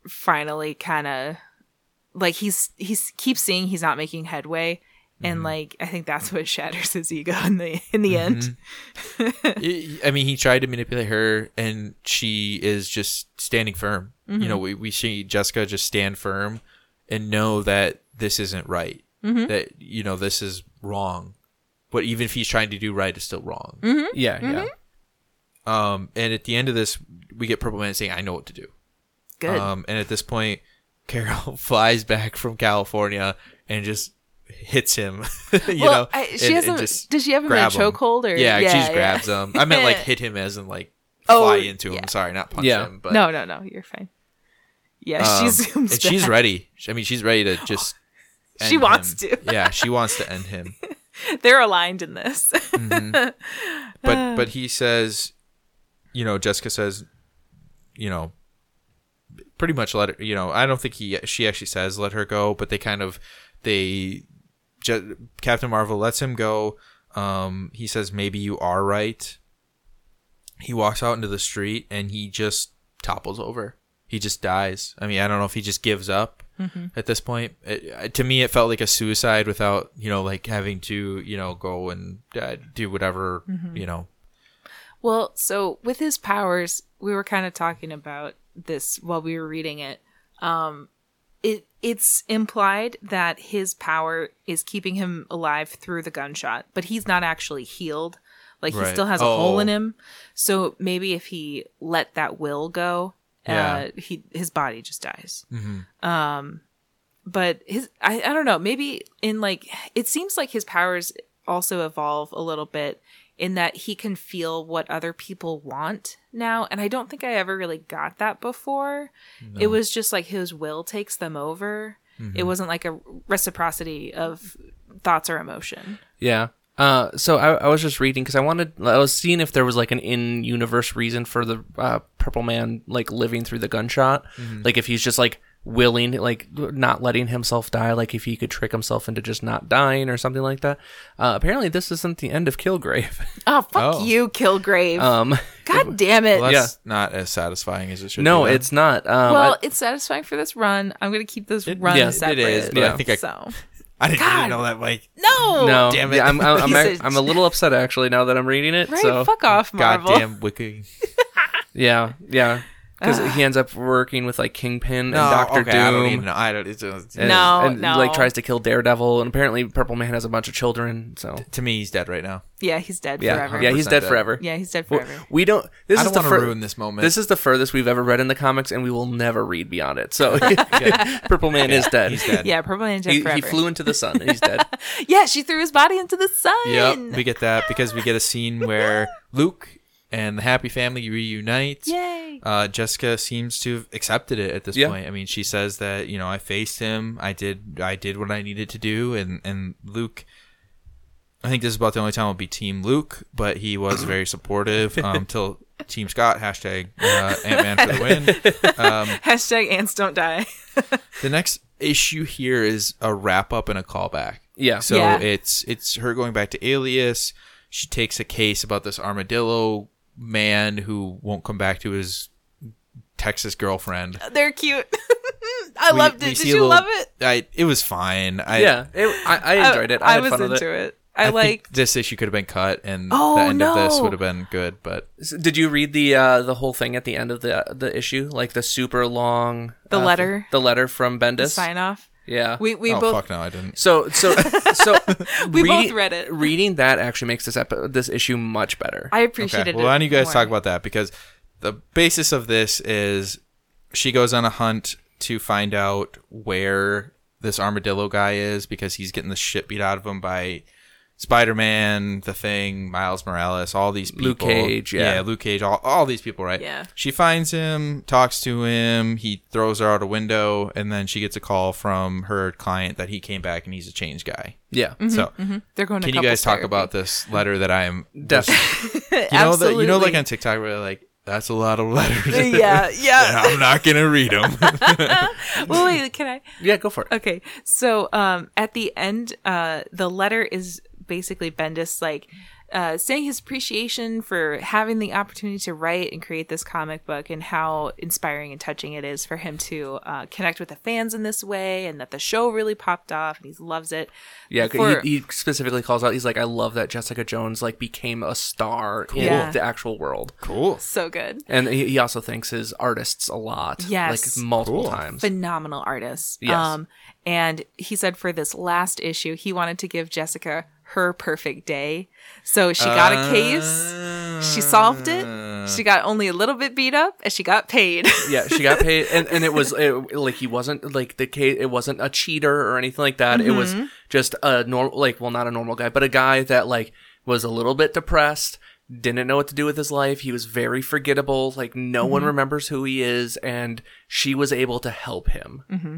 [SPEAKER 3] finally kind of like he's he's keeps seeing he's not making headway.
[SPEAKER 2] Mm-hmm.
[SPEAKER 3] And like, I think that's what shatters his ego in the in the
[SPEAKER 2] Mm-hmm.
[SPEAKER 3] end.
[SPEAKER 2] I I mean, he tried to manipulate her, and she is just standing firm. You know, we we see Jessica just stand firm and know that this isn't right. That you know this is wrong. But even if he's trying to do right, it's still wrong.
[SPEAKER 1] Yeah, yeah.
[SPEAKER 2] Um, and at the end of this, we get Purple Man saying, "I know what to do."
[SPEAKER 3] Good.
[SPEAKER 2] Um, and at this point, Carol flies back from California and just hits him. you
[SPEAKER 3] well,
[SPEAKER 2] know,
[SPEAKER 3] I, she
[SPEAKER 2] and-
[SPEAKER 3] has
[SPEAKER 2] and
[SPEAKER 3] him-
[SPEAKER 2] just
[SPEAKER 3] does she have him in a
[SPEAKER 2] grab
[SPEAKER 3] chokehold or
[SPEAKER 2] yeah, she just
[SPEAKER 3] yeah.
[SPEAKER 2] grabs him. I meant like hit him as in like fly
[SPEAKER 3] Oh,
[SPEAKER 2] into him. Sorry, not punch
[SPEAKER 1] Yeah.
[SPEAKER 2] him. But
[SPEAKER 3] no, no, no, you're fine. Yeah,
[SPEAKER 2] um,
[SPEAKER 3] she's
[SPEAKER 2] and she's ready. I mean, she's ready to just.
[SPEAKER 3] She
[SPEAKER 2] end
[SPEAKER 3] wants
[SPEAKER 2] him.
[SPEAKER 3] to.
[SPEAKER 2] yeah, she wants to end him.
[SPEAKER 3] they're aligned in this.
[SPEAKER 2] but but he says, you know, Jessica says, you know, pretty much let her. You know, I don't think he she actually says let her go, but they kind of they Je- Captain Marvel lets him go. Um, he says maybe you are right. He walks out into the street and he just topples over. He just dies. I mean, I don't know if he just gives up at this point. It, uh, to me, it felt like a suicide without you know like having to you know go and uh, do whatever you know
[SPEAKER 3] well, so with his powers, we were kind of talking about this while we were reading it. Um, it it's implied that his power is keeping him alive through the gunshot, but he's not actually healed. Like he
[SPEAKER 2] Right.
[SPEAKER 3] still has a
[SPEAKER 2] Oh.
[SPEAKER 3] hole in him. So maybe if he let that will go,
[SPEAKER 2] Yeah. Mm-hmm.
[SPEAKER 3] uh, he his body just dies. Um, but his I, I don't know maybe in like it seems like his powers also evolve a little bit in that he can feel what other people want now and i don't think i ever really got that before it was just like his will takes them over
[SPEAKER 2] Mm-hmm.
[SPEAKER 3] it wasn't like a reciprocity of thoughts or emotion
[SPEAKER 1] Yeah. Uh, so I, I was just reading because I wanted I was seeing if there was like an in-universe reason for the uh, Purple Man like living through the gunshot,
[SPEAKER 2] Mm-hmm.
[SPEAKER 1] like if he's just like willing, like not letting himself die, like if he could trick himself into just not dying or something like that. Uh, apparently, this isn't the end of Kilgrave.
[SPEAKER 3] oh fuck
[SPEAKER 2] Oh.
[SPEAKER 3] you killgrave
[SPEAKER 1] um,
[SPEAKER 3] god damn it
[SPEAKER 2] Well, that's not as satisfying as it should.
[SPEAKER 1] no,
[SPEAKER 2] be, huh?
[SPEAKER 1] it's not. Um,
[SPEAKER 3] well
[SPEAKER 1] I-
[SPEAKER 3] it's satisfying for this run i'm gonna keep this run
[SPEAKER 1] yes, it
[SPEAKER 3] separate
[SPEAKER 2] is,
[SPEAKER 1] but I
[SPEAKER 2] think I-
[SPEAKER 3] so
[SPEAKER 2] I didn't
[SPEAKER 3] God.
[SPEAKER 2] really know that, Mike.
[SPEAKER 3] no
[SPEAKER 1] no,
[SPEAKER 2] damn it.
[SPEAKER 1] yeah, I'm, I'm, I'm,
[SPEAKER 3] Piece
[SPEAKER 1] ac-
[SPEAKER 3] of-
[SPEAKER 1] I'm a little upset actually now that I'm reading it.
[SPEAKER 3] right
[SPEAKER 1] so
[SPEAKER 3] fuck off marvel
[SPEAKER 2] Goddamn wiki.
[SPEAKER 1] yeah, yeah, because he ends up working with like Kingpin and Doctor
[SPEAKER 2] Oh, okay,
[SPEAKER 1] Doom.
[SPEAKER 2] I don't even know. I don't. It's, it's,
[SPEAKER 1] and,
[SPEAKER 3] No,
[SPEAKER 1] and,
[SPEAKER 3] no.
[SPEAKER 1] like tries to kill Daredevil, and apparently Purple Man has a bunch of children. So
[SPEAKER 2] to me, he's dead right now.
[SPEAKER 3] Yeah, he's dead
[SPEAKER 1] yeah,
[SPEAKER 3] forever.
[SPEAKER 1] yeah, he's
[SPEAKER 2] 100%
[SPEAKER 1] dead
[SPEAKER 2] dead.
[SPEAKER 1] forever.
[SPEAKER 3] Yeah, he's dead
[SPEAKER 1] W-
[SPEAKER 3] forever.
[SPEAKER 1] We don't. This
[SPEAKER 2] I
[SPEAKER 1] is
[SPEAKER 2] don't
[SPEAKER 1] the
[SPEAKER 2] want to
[SPEAKER 1] fur-
[SPEAKER 2] ruin this moment.
[SPEAKER 1] This is the furthest we've ever read in the comics, and we will never read beyond it. So Purple Man is dead.
[SPEAKER 2] he's dead.
[SPEAKER 3] Yeah, Purple Man dead
[SPEAKER 1] He,
[SPEAKER 3] forever.
[SPEAKER 1] he flew into the sun. and He's dead.
[SPEAKER 3] Yeah, she threw his body into the sun.
[SPEAKER 2] Yep. We get that because we get a scene where Luke and the Happy Family reunite.
[SPEAKER 3] Yay.
[SPEAKER 2] Uh, Jessica seems to have accepted it at this
[SPEAKER 1] Yeah.
[SPEAKER 2] point. I mean, she says that you know I faced him. I did. I did what I needed to do. And and Luke, I think this is about the only time I'll be Team Luke, but he was very supportive um, till Team Scott hashtag uh, Ant Man for the win.
[SPEAKER 3] Hashtag ants don't die.
[SPEAKER 2] The next issue here is a wrap up and a callback.
[SPEAKER 1] Yeah.
[SPEAKER 2] So
[SPEAKER 3] Yeah.
[SPEAKER 2] it's it's her going back to Alias. She takes a case about this armadillo man who won't come back to his Texas girlfriend.
[SPEAKER 3] They're cute. I
[SPEAKER 2] We-
[SPEAKER 3] loved
[SPEAKER 2] we
[SPEAKER 3] it. Did
[SPEAKER 2] see
[SPEAKER 3] you
[SPEAKER 2] a little-
[SPEAKER 3] love it?
[SPEAKER 2] I it was fine. I,
[SPEAKER 1] yeah, it- I, I enjoyed it. I, had
[SPEAKER 3] Oh, was
[SPEAKER 1] fun with
[SPEAKER 3] into
[SPEAKER 1] it.
[SPEAKER 3] it.
[SPEAKER 2] I
[SPEAKER 3] I,
[SPEAKER 2] think
[SPEAKER 3] like.
[SPEAKER 2] this issue could have been cut, and
[SPEAKER 3] Oh,
[SPEAKER 2] the end of this
[SPEAKER 3] no.
[SPEAKER 2] would have been good. But
[SPEAKER 1] S- Did you read the uh, the whole thing at the end of the the issue, like the super long
[SPEAKER 3] The
[SPEAKER 1] uh,
[SPEAKER 3] letter?
[SPEAKER 1] the letter from Bendis?
[SPEAKER 3] Sign off.
[SPEAKER 1] Yeah,
[SPEAKER 3] We we
[SPEAKER 2] oh
[SPEAKER 3] both
[SPEAKER 2] fuck no, I didn't.
[SPEAKER 1] So so so
[SPEAKER 3] We both
[SPEAKER 1] reading-
[SPEAKER 3] read it.
[SPEAKER 1] Reading that actually makes this epi- this issue much better.
[SPEAKER 3] I
[SPEAKER 2] Okay.
[SPEAKER 3] appreciated it.
[SPEAKER 2] Well, why don't you guys
[SPEAKER 3] more.
[SPEAKER 2] talk about that? Because the basis of this is she goes on a hunt to find out where this armadillo guy is because he's getting the shit beat out of him by Spider Man, The Thing, Miles Morales, all these people.
[SPEAKER 1] Luke Cage, yeah.
[SPEAKER 2] Luke Cage, all, all these people, right?
[SPEAKER 3] Yeah.
[SPEAKER 2] She finds him, talks to him, he throws her out a window, and then she gets a call from her client that he came back and he's a change guy.
[SPEAKER 1] Yeah.
[SPEAKER 3] Mm-hmm.
[SPEAKER 2] So,
[SPEAKER 1] mm-hmm.
[SPEAKER 3] They're going.
[SPEAKER 2] can
[SPEAKER 3] to
[SPEAKER 2] you guys
[SPEAKER 3] couples
[SPEAKER 2] talk
[SPEAKER 3] therapy.
[SPEAKER 2] about this letter that I am.
[SPEAKER 1] Definitely.
[SPEAKER 2] You know, the, you know,
[SPEAKER 3] Absolutely.
[SPEAKER 2] like on TikTok, where they're like, that's a lot of letters.
[SPEAKER 3] yeah, yeah.
[SPEAKER 2] I'm not going to read them.
[SPEAKER 3] well, wait, can I?
[SPEAKER 1] yeah, go for it.
[SPEAKER 3] Okay. So um at the end uh the letter is basically Bendis like uh, saying his appreciation for having the opportunity to write and create this comic book and how inspiring and touching it is for him to uh, connect with the fans in this way and that the show really popped off and he loves it
[SPEAKER 1] Yeah,
[SPEAKER 3] For-
[SPEAKER 1] he, he specifically calls out. He's like, "I love that Jessica Jones like became a star in
[SPEAKER 3] Yeah.
[SPEAKER 1] the actual world,"
[SPEAKER 2] cool.
[SPEAKER 3] so good
[SPEAKER 1] and he, he also thanks his artists a lot.
[SPEAKER 3] Yes.
[SPEAKER 1] like multiple
[SPEAKER 2] Cool.
[SPEAKER 1] times.
[SPEAKER 3] phenomenal artist Um,
[SPEAKER 1] Yes.
[SPEAKER 3] and he said for this last issue he wanted to give jessica her perfect day so she got a case She solved
[SPEAKER 2] Ah.
[SPEAKER 3] it. She got only a little bit beat up, and she got paid.
[SPEAKER 1] yeah, she got paid, and, and it was it, like he wasn't like the case. It wasn't a cheater or anything like that. It
[SPEAKER 3] Mm-hmm.
[SPEAKER 1] was just a normal, like well, not a normal guy, but a guy that like was a little bit depressed, didn't know what to do with his life. He was very forgettable. Like no
[SPEAKER 3] Mm-hmm.
[SPEAKER 1] one remembers who he is, and she was able to help him. Mm-hmm.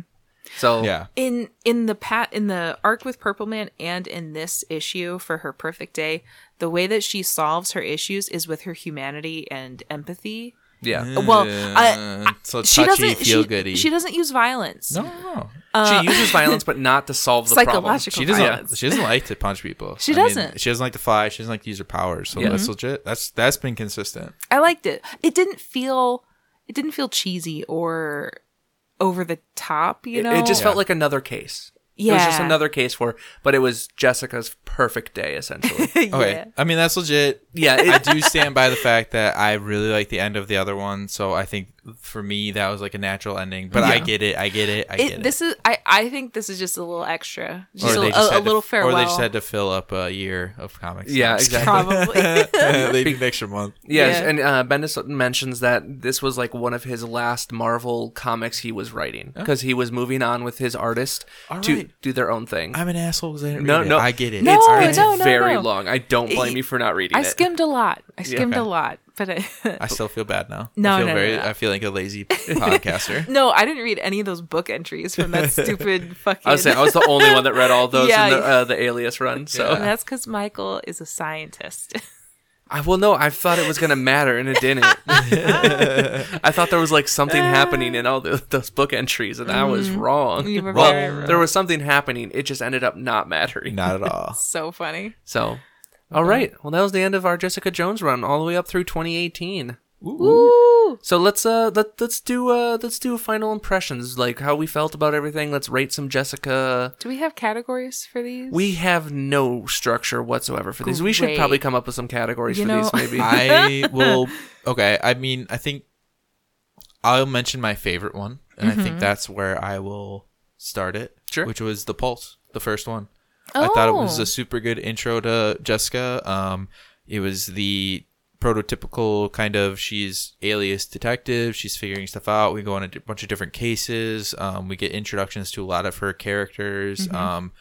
[SPEAKER 1] So
[SPEAKER 2] Yeah.
[SPEAKER 3] in in the pat in the arc with Purple Man and in this issue for her perfect day, the way that she solves her issues is with her humanity and empathy.
[SPEAKER 1] yeah.
[SPEAKER 3] Well, I- I-
[SPEAKER 2] so
[SPEAKER 3] she
[SPEAKER 2] touchy,
[SPEAKER 3] doesn't
[SPEAKER 2] feel
[SPEAKER 3] she,
[SPEAKER 2] goody.
[SPEAKER 3] she doesn't use violence.
[SPEAKER 2] no, no, no.
[SPEAKER 1] she uses violence, but not to solve the problem.
[SPEAKER 3] Uh, Psychological
[SPEAKER 2] she doesn't.
[SPEAKER 3] violence.
[SPEAKER 2] She doesn't like to punch people.
[SPEAKER 3] She
[SPEAKER 2] I mean,
[SPEAKER 3] doesn't.
[SPEAKER 2] she doesn't like to fly. She doesn't like to use her powers. So
[SPEAKER 1] Yeah.
[SPEAKER 2] that's legit. That's that's been consistent.
[SPEAKER 3] I liked it. It didn't feel it didn't feel cheesy or over the top, you
[SPEAKER 1] It-
[SPEAKER 3] know.
[SPEAKER 1] it just felt
[SPEAKER 2] Yeah.
[SPEAKER 1] like another case. It was just
[SPEAKER 3] Yeah.
[SPEAKER 1] another case for, but it was Jessica's perfect day essentially.
[SPEAKER 2] Okay,
[SPEAKER 3] Oh, yeah.
[SPEAKER 2] I mean that's legit.
[SPEAKER 1] yeah,
[SPEAKER 2] I
[SPEAKER 1] it,
[SPEAKER 2] do stand by the fact that I really like the end of the other one. So I think for me that was like a natural ending. But I
[SPEAKER 1] Yeah.
[SPEAKER 2] get it. I get it. I get
[SPEAKER 3] It, this is I, I think this is just a little extra,
[SPEAKER 2] it.
[SPEAKER 3] just, a,
[SPEAKER 2] just
[SPEAKER 3] a, a
[SPEAKER 2] had to-
[SPEAKER 3] little farewell.
[SPEAKER 2] Or they just had to fill up a year of comics.
[SPEAKER 1] yeah, exactly.
[SPEAKER 3] Probably.
[SPEAKER 2] they did an extra month.
[SPEAKER 1] Yes,
[SPEAKER 3] Yeah.
[SPEAKER 1] and uh, Bendis mentions that this was like one of his last Marvel comics he was writing because he was moving on with his artist
[SPEAKER 2] Oh. All
[SPEAKER 1] to
[SPEAKER 2] right.
[SPEAKER 1] do their own thing.
[SPEAKER 2] I'm an asshole. 'cause I didn't
[SPEAKER 1] No,
[SPEAKER 2] read it.
[SPEAKER 1] no.
[SPEAKER 2] I get it.
[SPEAKER 3] Oh, No,
[SPEAKER 2] All right.
[SPEAKER 1] it's
[SPEAKER 3] no, no,
[SPEAKER 1] very
[SPEAKER 3] no.
[SPEAKER 1] long. I don't blame you for not reading
[SPEAKER 3] I
[SPEAKER 1] it.
[SPEAKER 3] skimmed a lot. I skimmed a
[SPEAKER 2] Okay.
[SPEAKER 3] lot, but I,
[SPEAKER 2] I still feel bad now.
[SPEAKER 3] No,
[SPEAKER 2] I feel
[SPEAKER 3] no, no,
[SPEAKER 2] very,
[SPEAKER 3] no.
[SPEAKER 2] I feel like a lazy podcaster.
[SPEAKER 3] no, I didn't read any of those book entries from that stupid fucking.
[SPEAKER 1] I was saying I was the only one that read all those
[SPEAKER 3] Yeah.
[SPEAKER 1] in the, uh, the Alias run. So
[SPEAKER 3] And that's because Michael is a scientist.
[SPEAKER 1] I well, no, I thought it was gonna matter, and it didn't. I thought there was like something happening in all the, those book entries, and I
[SPEAKER 3] Mm.
[SPEAKER 1] was wrong.
[SPEAKER 3] You were
[SPEAKER 1] Well,
[SPEAKER 3] very wrong.
[SPEAKER 1] there was something happening. It just ended up not mattering.
[SPEAKER 2] Not at all.
[SPEAKER 3] so funny.
[SPEAKER 1] So, all right. Well, that was the end of our Jessica Jones run, all the way up through 2018.
[SPEAKER 3] Ooh,
[SPEAKER 1] So let's uh let let's do uh let's do final impressions, like how we felt about everything. Let's rate some Jessica.
[SPEAKER 3] do we have categories for these?
[SPEAKER 1] We have no structure whatsoever for these. We should
[SPEAKER 3] Great.
[SPEAKER 1] probably come up with some categories
[SPEAKER 3] You
[SPEAKER 1] for
[SPEAKER 3] know-
[SPEAKER 1] these, maybe.
[SPEAKER 2] I will. Okay. I mean, I think I'll mention my favorite one, and I think that's where I will start it.
[SPEAKER 1] Sure.
[SPEAKER 2] Which was the Pulse, the first one. I thought it was
[SPEAKER 3] Oh.
[SPEAKER 2] a super good intro to Jessica. Um, it was the prototypical kind of she's alias detective. She's figuring stuff out. We go on a di- bunch of different cases. Um, we get introductions to a lot of her characters. Um,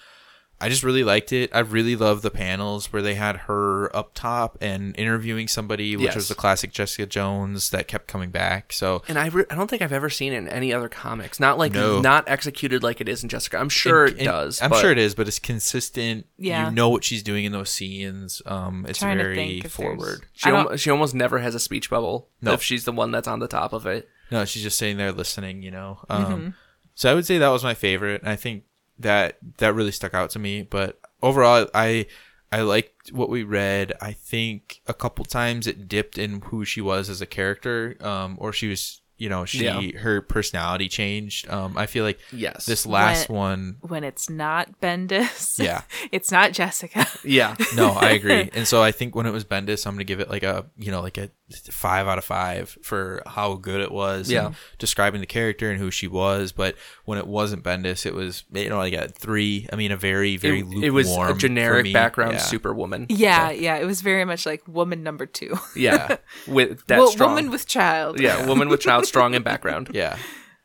[SPEAKER 2] I just really liked it. I really love the panels where they had her up top and interviewing somebody, which
[SPEAKER 1] Yes.
[SPEAKER 2] was the classic Jessica Jones that kept coming back. So
[SPEAKER 1] and I, re- I don't think I've ever seen it in any other comics. Not like
[SPEAKER 2] No.
[SPEAKER 1] not executed like it is in Jessica. I'm sure
[SPEAKER 2] And-
[SPEAKER 1] it does.
[SPEAKER 2] I'm
[SPEAKER 1] but-
[SPEAKER 2] sure it is, but it's consistent.
[SPEAKER 3] Yeah.
[SPEAKER 2] You know what she's doing in those scenes. Um, it's
[SPEAKER 3] Trying to
[SPEAKER 2] very
[SPEAKER 3] think if there's-
[SPEAKER 2] forward.
[SPEAKER 1] She,
[SPEAKER 3] I don't-
[SPEAKER 1] almo- she almost never has a speech bubble
[SPEAKER 2] No.
[SPEAKER 1] if she's the one that's on the top of it.
[SPEAKER 2] No, she's just sitting there listening, you know. Um,
[SPEAKER 1] Mm-hmm.
[SPEAKER 2] So I would say that was my favorite. And I think that that really stuck out to me. But overall, I I liked what we read. I think a couple times it dipped in who she was as a character, um, or she was, you know, she
[SPEAKER 1] Yeah.
[SPEAKER 2] her personality changed. Um, I feel like
[SPEAKER 1] Yes.
[SPEAKER 2] this last
[SPEAKER 3] What-
[SPEAKER 2] one.
[SPEAKER 3] when it's not Bendis.
[SPEAKER 2] Yeah.
[SPEAKER 3] it's not Jessica.
[SPEAKER 1] Yeah.
[SPEAKER 2] No, I agree. and so I think when it was Bendis, I'm gonna give it like a you know like a five out of five for how good it was.
[SPEAKER 1] Yeah.
[SPEAKER 2] and describing the character and who she was. But when it wasn't Bendis, it was you know like a three. I mean, a very very
[SPEAKER 1] it,
[SPEAKER 2] lukewarm.
[SPEAKER 1] it was a
[SPEAKER 2] for
[SPEAKER 1] generic
[SPEAKER 2] me.
[SPEAKER 1] background
[SPEAKER 2] Yeah.
[SPEAKER 1] superwoman.
[SPEAKER 3] Yeah, yeah. It was very much like woman number two.
[SPEAKER 1] Yeah. with that
[SPEAKER 3] well,
[SPEAKER 1] strong.
[SPEAKER 3] woman with child.
[SPEAKER 1] yeah, woman with child strong in background.
[SPEAKER 2] Yeah.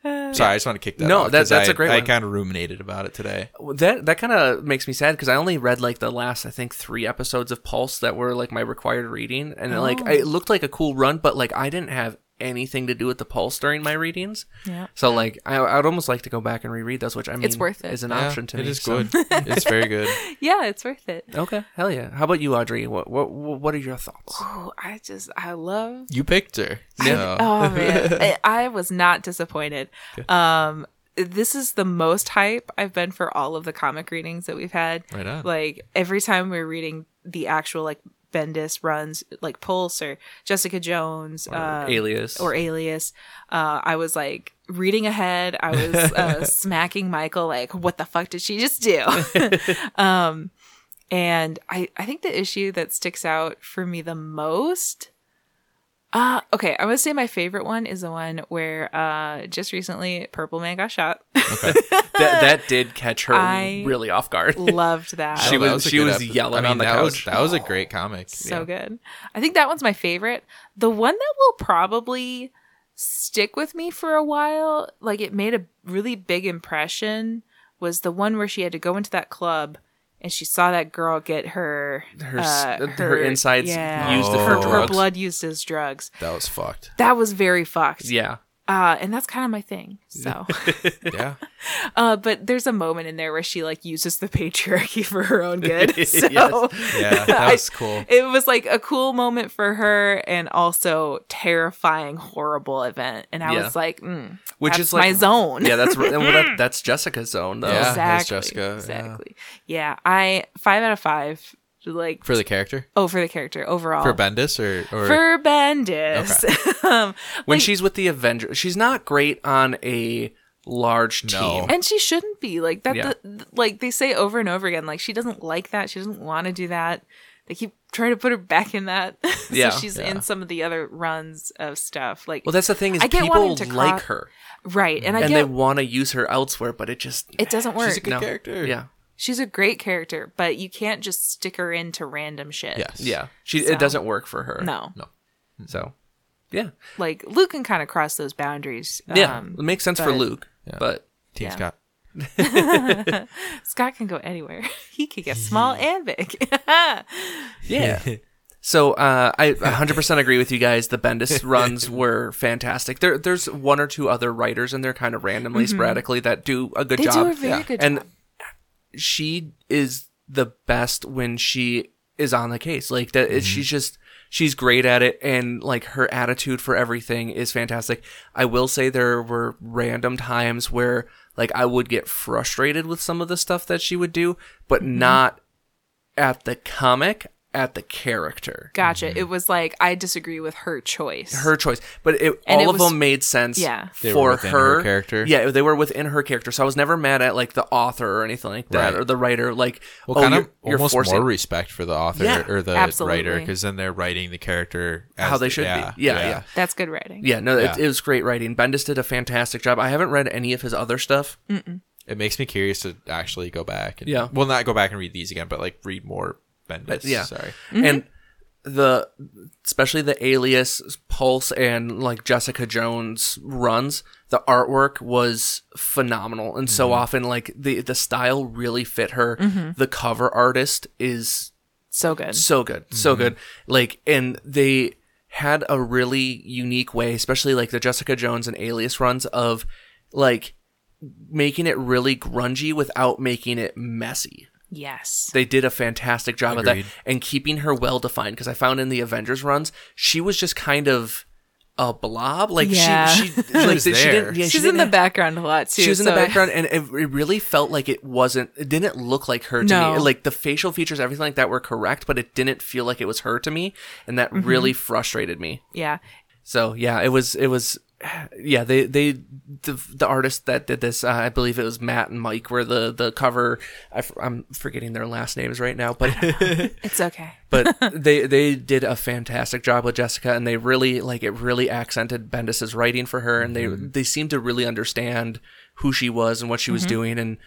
[SPEAKER 2] Sorry, I just want to kick that.
[SPEAKER 1] No,
[SPEAKER 2] off,
[SPEAKER 1] that-
[SPEAKER 2] 'cause
[SPEAKER 1] that's
[SPEAKER 2] I-
[SPEAKER 1] a great
[SPEAKER 2] I
[SPEAKER 1] one.
[SPEAKER 2] kind of ruminated about it today.
[SPEAKER 1] Well, That that kind of makes me sad because I only read like the last I think three episodes of Pulse that were like my required reading, and like
[SPEAKER 3] Oh.
[SPEAKER 1] it looked like a cool run, but like I didn't have anything to do with the Pulse during my readings.
[SPEAKER 3] Yeah.
[SPEAKER 1] So like I, I'd almost like to go back and reread those, which I mean,
[SPEAKER 3] worth it.
[SPEAKER 1] is an
[SPEAKER 2] Yeah,
[SPEAKER 1] option to
[SPEAKER 2] It
[SPEAKER 1] me.
[SPEAKER 2] is
[SPEAKER 1] so-
[SPEAKER 2] good. it's very good.
[SPEAKER 3] Yeah, it's worth it.
[SPEAKER 1] Okay, hell yeah. How about you, Audrey? What what what are your thoughts?
[SPEAKER 3] Oh, I just I love
[SPEAKER 2] You picked her. so-
[SPEAKER 3] Oh man, I, I was not disappointed. Um, this is the most hype I've been for all of the comic readings that we've had.
[SPEAKER 2] Right on.
[SPEAKER 3] Like every time we're reading the actual like Bendis runs, like Pulse or Jessica Jones, um,
[SPEAKER 1] Alias
[SPEAKER 3] or Alias, uh, I was like reading ahead. I was uh, smacking Michael like, what the fuck did she just do? um, and I, I think the issue that sticks out for me the most. Uh, okay, I'm gonna say my favorite one is the one where uh, just recently Purple Man got shot.
[SPEAKER 1] that that did catch her
[SPEAKER 3] I-
[SPEAKER 1] really off guard.
[SPEAKER 3] Loved that.
[SPEAKER 1] She
[SPEAKER 2] Oh,
[SPEAKER 1] was-
[SPEAKER 2] that a
[SPEAKER 1] she
[SPEAKER 2] good
[SPEAKER 1] was
[SPEAKER 2] episode.
[SPEAKER 1] yelling on the
[SPEAKER 2] that was-
[SPEAKER 1] couch.
[SPEAKER 2] that was a great comic.
[SPEAKER 3] so
[SPEAKER 2] Yeah.
[SPEAKER 3] good. I think that one's my favorite. The one that will probably stick with me for a while, like it made a really big impression, was the one where she had to go into that club and she saw that girl get her
[SPEAKER 1] Her s-
[SPEAKER 3] uh,
[SPEAKER 1] her insides used
[SPEAKER 2] for
[SPEAKER 3] her, her
[SPEAKER 1] drugs.
[SPEAKER 3] blood used as drugs.
[SPEAKER 2] That was fucked.
[SPEAKER 3] That was very fucked.
[SPEAKER 1] Yeah,
[SPEAKER 3] Uh, and that's kind of my thing. So,
[SPEAKER 2] Yeah.
[SPEAKER 3] uh, but there's a moment in there where she like uses the patriarchy for her own good. So,
[SPEAKER 2] Yeah. That
[SPEAKER 3] I-
[SPEAKER 2] was cool.
[SPEAKER 3] it was like a cool moment for her and also terrifying horrible event and i
[SPEAKER 1] Yeah.
[SPEAKER 3] was like mm,
[SPEAKER 1] which
[SPEAKER 3] that's
[SPEAKER 1] is like
[SPEAKER 3] my zone
[SPEAKER 1] Yeah, that's well, that, that's Jessica's zone though.
[SPEAKER 2] Yeah. that's
[SPEAKER 3] exactly
[SPEAKER 2] Jessica, yeah.
[SPEAKER 3] exactly yeah. i five out of five like
[SPEAKER 2] For the character?
[SPEAKER 3] oh for the character overall
[SPEAKER 2] For Bendis or, or
[SPEAKER 3] Um, For Bendis um,
[SPEAKER 1] When
[SPEAKER 3] like-
[SPEAKER 1] she's with the Avengers, she's not great on a large team.
[SPEAKER 2] No.
[SPEAKER 3] and she shouldn't be like that
[SPEAKER 1] Yeah.
[SPEAKER 3] the, like they say over and over again like she doesn't like that she doesn't want to do that they keep trying to put her back in that
[SPEAKER 1] Yeah,
[SPEAKER 3] so she's in some of the other runs of stuff like
[SPEAKER 1] Well, that's the thing is
[SPEAKER 3] I get
[SPEAKER 1] people
[SPEAKER 3] wanting to
[SPEAKER 1] like
[SPEAKER 3] crop-
[SPEAKER 1] her
[SPEAKER 3] right and i
[SPEAKER 1] and
[SPEAKER 3] get
[SPEAKER 1] they want to use her elsewhere, but it just
[SPEAKER 3] it doesn't work
[SPEAKER 2] She's a good
[SPEAKER 1] No.
[SPEAKER 2] character.
[SPEAKER 1] yeah
[SPEAKER 3] She's a great character, but you can't just stick her into random shit.
[SPEAKER 2] Yes.
[SPEAKER 1] yeah she
[SPEAKER 3] So.
[SPEAKER 1] it doesn't work for her.
[SPEAKER 3] No.
[SPEAKER 2] No.
[SPEAKER 1] so yeah
[SPEAKER 3] Like Luke can kind of cross those boundaries.
[SPEAKER 1] yeah
[SPEAKER 3] Um,
[SPEAKER 1] it makes sense for
[SPEAKER 3] but-
[SPEAKER 1] Luke,
[SPEAKER 2] Yeah.
[SPEAKER 1] but
[SPEAKER 2] Team
[SPEAKER 3] Yeah.
[SPEAKER 2] Scott.
[SPEAKER 3] Scott can go anywhere. he could get small and big.
[SPEAKER 1] yeah. So uh, I 100% agree with you guys. The Bendis runs were fantastic. There, there's one or two other writers in there, kind of randomly, sporadically, that do a good
[SPEAKER 3] Mm-hmm. they
[SPEAKER 1] job.
[SPEAKER 3] do a very
[SPEAKER 2] yeah.
[SPEAKER 3] good
[SPEAKER 1] and
[SPEAKER 3] job.
[SPEAKER 1] she is the best when she is on the case like that it
[SPEAKER 3] Mm-hmm.
[SPEAKER 1] she's just she's great at it and like her attitude for everything is fantastic i will say there were random times where like i would get frustrated with some of the stuff that she would do but
[SPEAKER 3] Mm-hmm.
[SPEAKER 1] not at the comic at the character
[SPEAKER 3] Gotcha. It was like I disagree with her choice.
[SPEAKER 1] her choice but it,
[SPEAKER 3] And
[SPEAKER 1] all
[SPEAKER 3] it
[SPEAKER 1] of
[SPEAKER 3] was-
[SPEAKER 1] them made sense
[SPEAKER 3] Yeah.
[SPEAKER 2] They were
[SPEAKER 1] for
[SPEAKER 2] within her
[SPEAKER 1] her
[SPEAKER 2] character?
[SPEAKER 1] yeah they were within her character so i was never mad at like the author or anything like that
[SPEAKER 2] Right.
[SPEAKER 1] or the writer like
[SPEAKER 2] Well,
[SPEAKER 1] oh,
[SPEAKER 2] kind of
[SPEAKER 1] you're- you're
[SPEAKER 2] almost
[SPEAKER 1] forcing
[SPEAKER 2] more respect for the author
[SPEAKER 1] Yeah,
[SPEAKER 2] or the
[SPEAKER 3] absolutely.
[SPEAKER 2] writer because then they're writing the character as
[SPEAKER 1] how they should be yeah yeah yeah,
[SPEAKER 3] That's good writing.
[SPEAKER 1] no It,
[SPEAKER 2] Yeah.
[SPEAKER 1] it was great writing bendis did a fantastic job i haven't read any of his other stuff
[SPEAKER 2] It makes me curious to actually go back. And,
[SPEAKER 1] Yeah.
[SPEAKER 2] Well, not go back and read these again, but like read more Bendis.
[SPEAKER 1] yeah.
[SPEAKER 2] Sorry.
[SPEAKER 1] and the especially the alias pulse and like jessica jones runs the artwork was phenomenal and so often like the the style really fit her the cover artist is
[SPEAKER 3] So good.
[SPEAKER 1] so good so
[SPEAKER 2] Mm-hmm.
[SPEAKER 1] good like and they had a really unique way especially like the jessica jones and alias runs of like making it really grungy without making it messy
[SPEAKER 3] Yes.
[SPEAKER 1] they did a fantastic job of that
[SPEAKER 2] Agreed.
[SPEAKER 1] and keeping her well defined because i found in the avengers runs she was just kind of a blob like
[SPEAKER 3] Yeah.
[SPEAKER 1] she she, like,
[SPEAKER 2] was
[SPEAKER 1] she
[SPEAKER 2] there.
[SPEAKER 1] didn't yeah, she
[SPEAKER 3] She's
[SPEAKER 1] didn't
[SPEAKER 3] in the
[SPEAKER 1] have-
[SPEAKER 3] background a lot too.
[SPEAKER 1] she was in the
[SPEAKER 3] so-
[SPEAKER 1] background, and it, it really felt like it wasn't. It didn't look like her to
[SPEAKER 3] No.
[SPEAKER 1] me. Like the facial features, everything like that were correct, but it didn't feel like it was her to me, and that
[SPEAKER 3] Mm-hmm.
[SPEAKER 1] really frustrated me.
[SPEAKER 3] Yeah.
[SPEAKER 1] So yeah, it was it was yeah they they the the artist that did this uh, I believe it was Matt and Mike were the the cover I, am forgetting their last names right now but
[SPEAKER 3] It's okay.
[SPEAKER 1] but they they did a fantastic job with Jessica and they really like it really accented Bendis's writing for her and they
[SPEAKER 2] Mm-hmm.
[SPEAKER 1] they seemed to really understand who she was and what she was
[SPEAKER 3] Mm-hmm.
[SPEAKER 1] doing and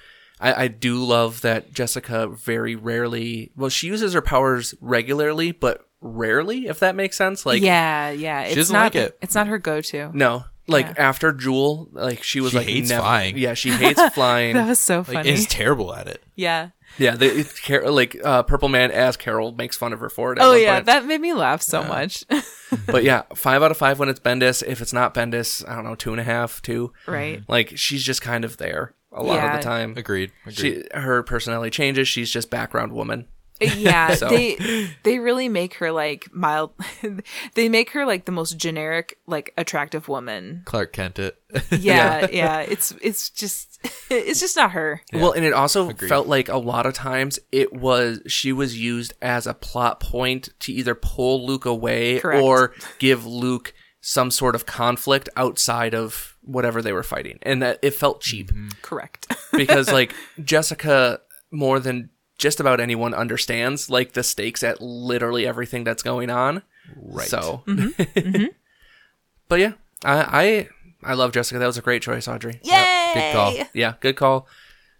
[SPEAKER 1] I, I do love that Jessica very rarely well she uses her powers regularly but rarely if that makes sense like
[SPEAKER 3] yeah, yeah. It's
[SPEAKER 2] doesn't like
[SPEAKER 3] not
[SPEAKER 2] it.
[SPEAKER 1] Mm.
[SPEAKER 3] it's not her go to.
[SPEAKER 1] no like
[SPEAKER 3] Yeah.
[SPEAKER 1] after Jewel, like she was
[SPEAKER 2] She
[SPEAKER 1] like
[SPEAKER 2] hates
[SPEAKER 1] never-
[SPEAKER 2] flying.
[SPEAKER 1] Yeah, she hates flying.
[SPEAKER 3] That was so
[SPEAKER 2] Like
[SPEAKER 3] funny.
[SPEAKER 2] is terrible at it.
[SPEAKER 3] yeah.
[SPEAKER 1] yeah, the, it, Car- like uh, Purple Man as Carol makes fun of her for it. at
[SPEAKER 3] Oh
[SPEAKER 1] one
[SPEAKER 3] yeah,
[SPEAKER 1] point.
[SPEAKER 3] that made me laugh so much.
[SPEAKER 1] but yeah, five out of five when it's Bendis. If it's not Bendis, I don't know, two and a half, two.
[SPEAKER 3] right.
[SPEAKER 1] Like she's just kind of there a lot of
[SPEAKER 3] Yeah.
[SPEAKER 1] the time.
[SPEAKER 2] Agreed. Agreed.
[SPEAKER 1] She her personality changes. She's just background woman.
[SPEAKER 3] Yeah,
[SPEAKER 1] So-
[SPEAKER 3] they they really make her like mild. they make her like the most generic, like attractive woman.
[SPEAKER 2] Clark Kent it.
[SPEAKER 3] Yeah, yeah. It's it's just it's just not her.
[SPEAKER 1] Well, and it also
[SPEAKER 2] Agreed.
[SPEAKER 1] felt like a lot of times it was she was used as a plot point to either pull Luke away
[SPEAKER 3] Correct.
[SPEAKER 1] or give Luke some sort of conflict outside of whatever they were fighting. And that it felt cheap
[SPEAKER 3] Correct.
[SPEAKER 1] because like Jessica more than just about anyone understands like the stakes at literally everything that's going on.
[SPEAKER 2] Right.
[SPEAKER 1] So But yeah, I I I love Jessica. That was a great choice, Audrey.
[SPEAKER 3] Yay!
[SPEAKER 2] good call.
[SPEAKER 1] Yeah, good call.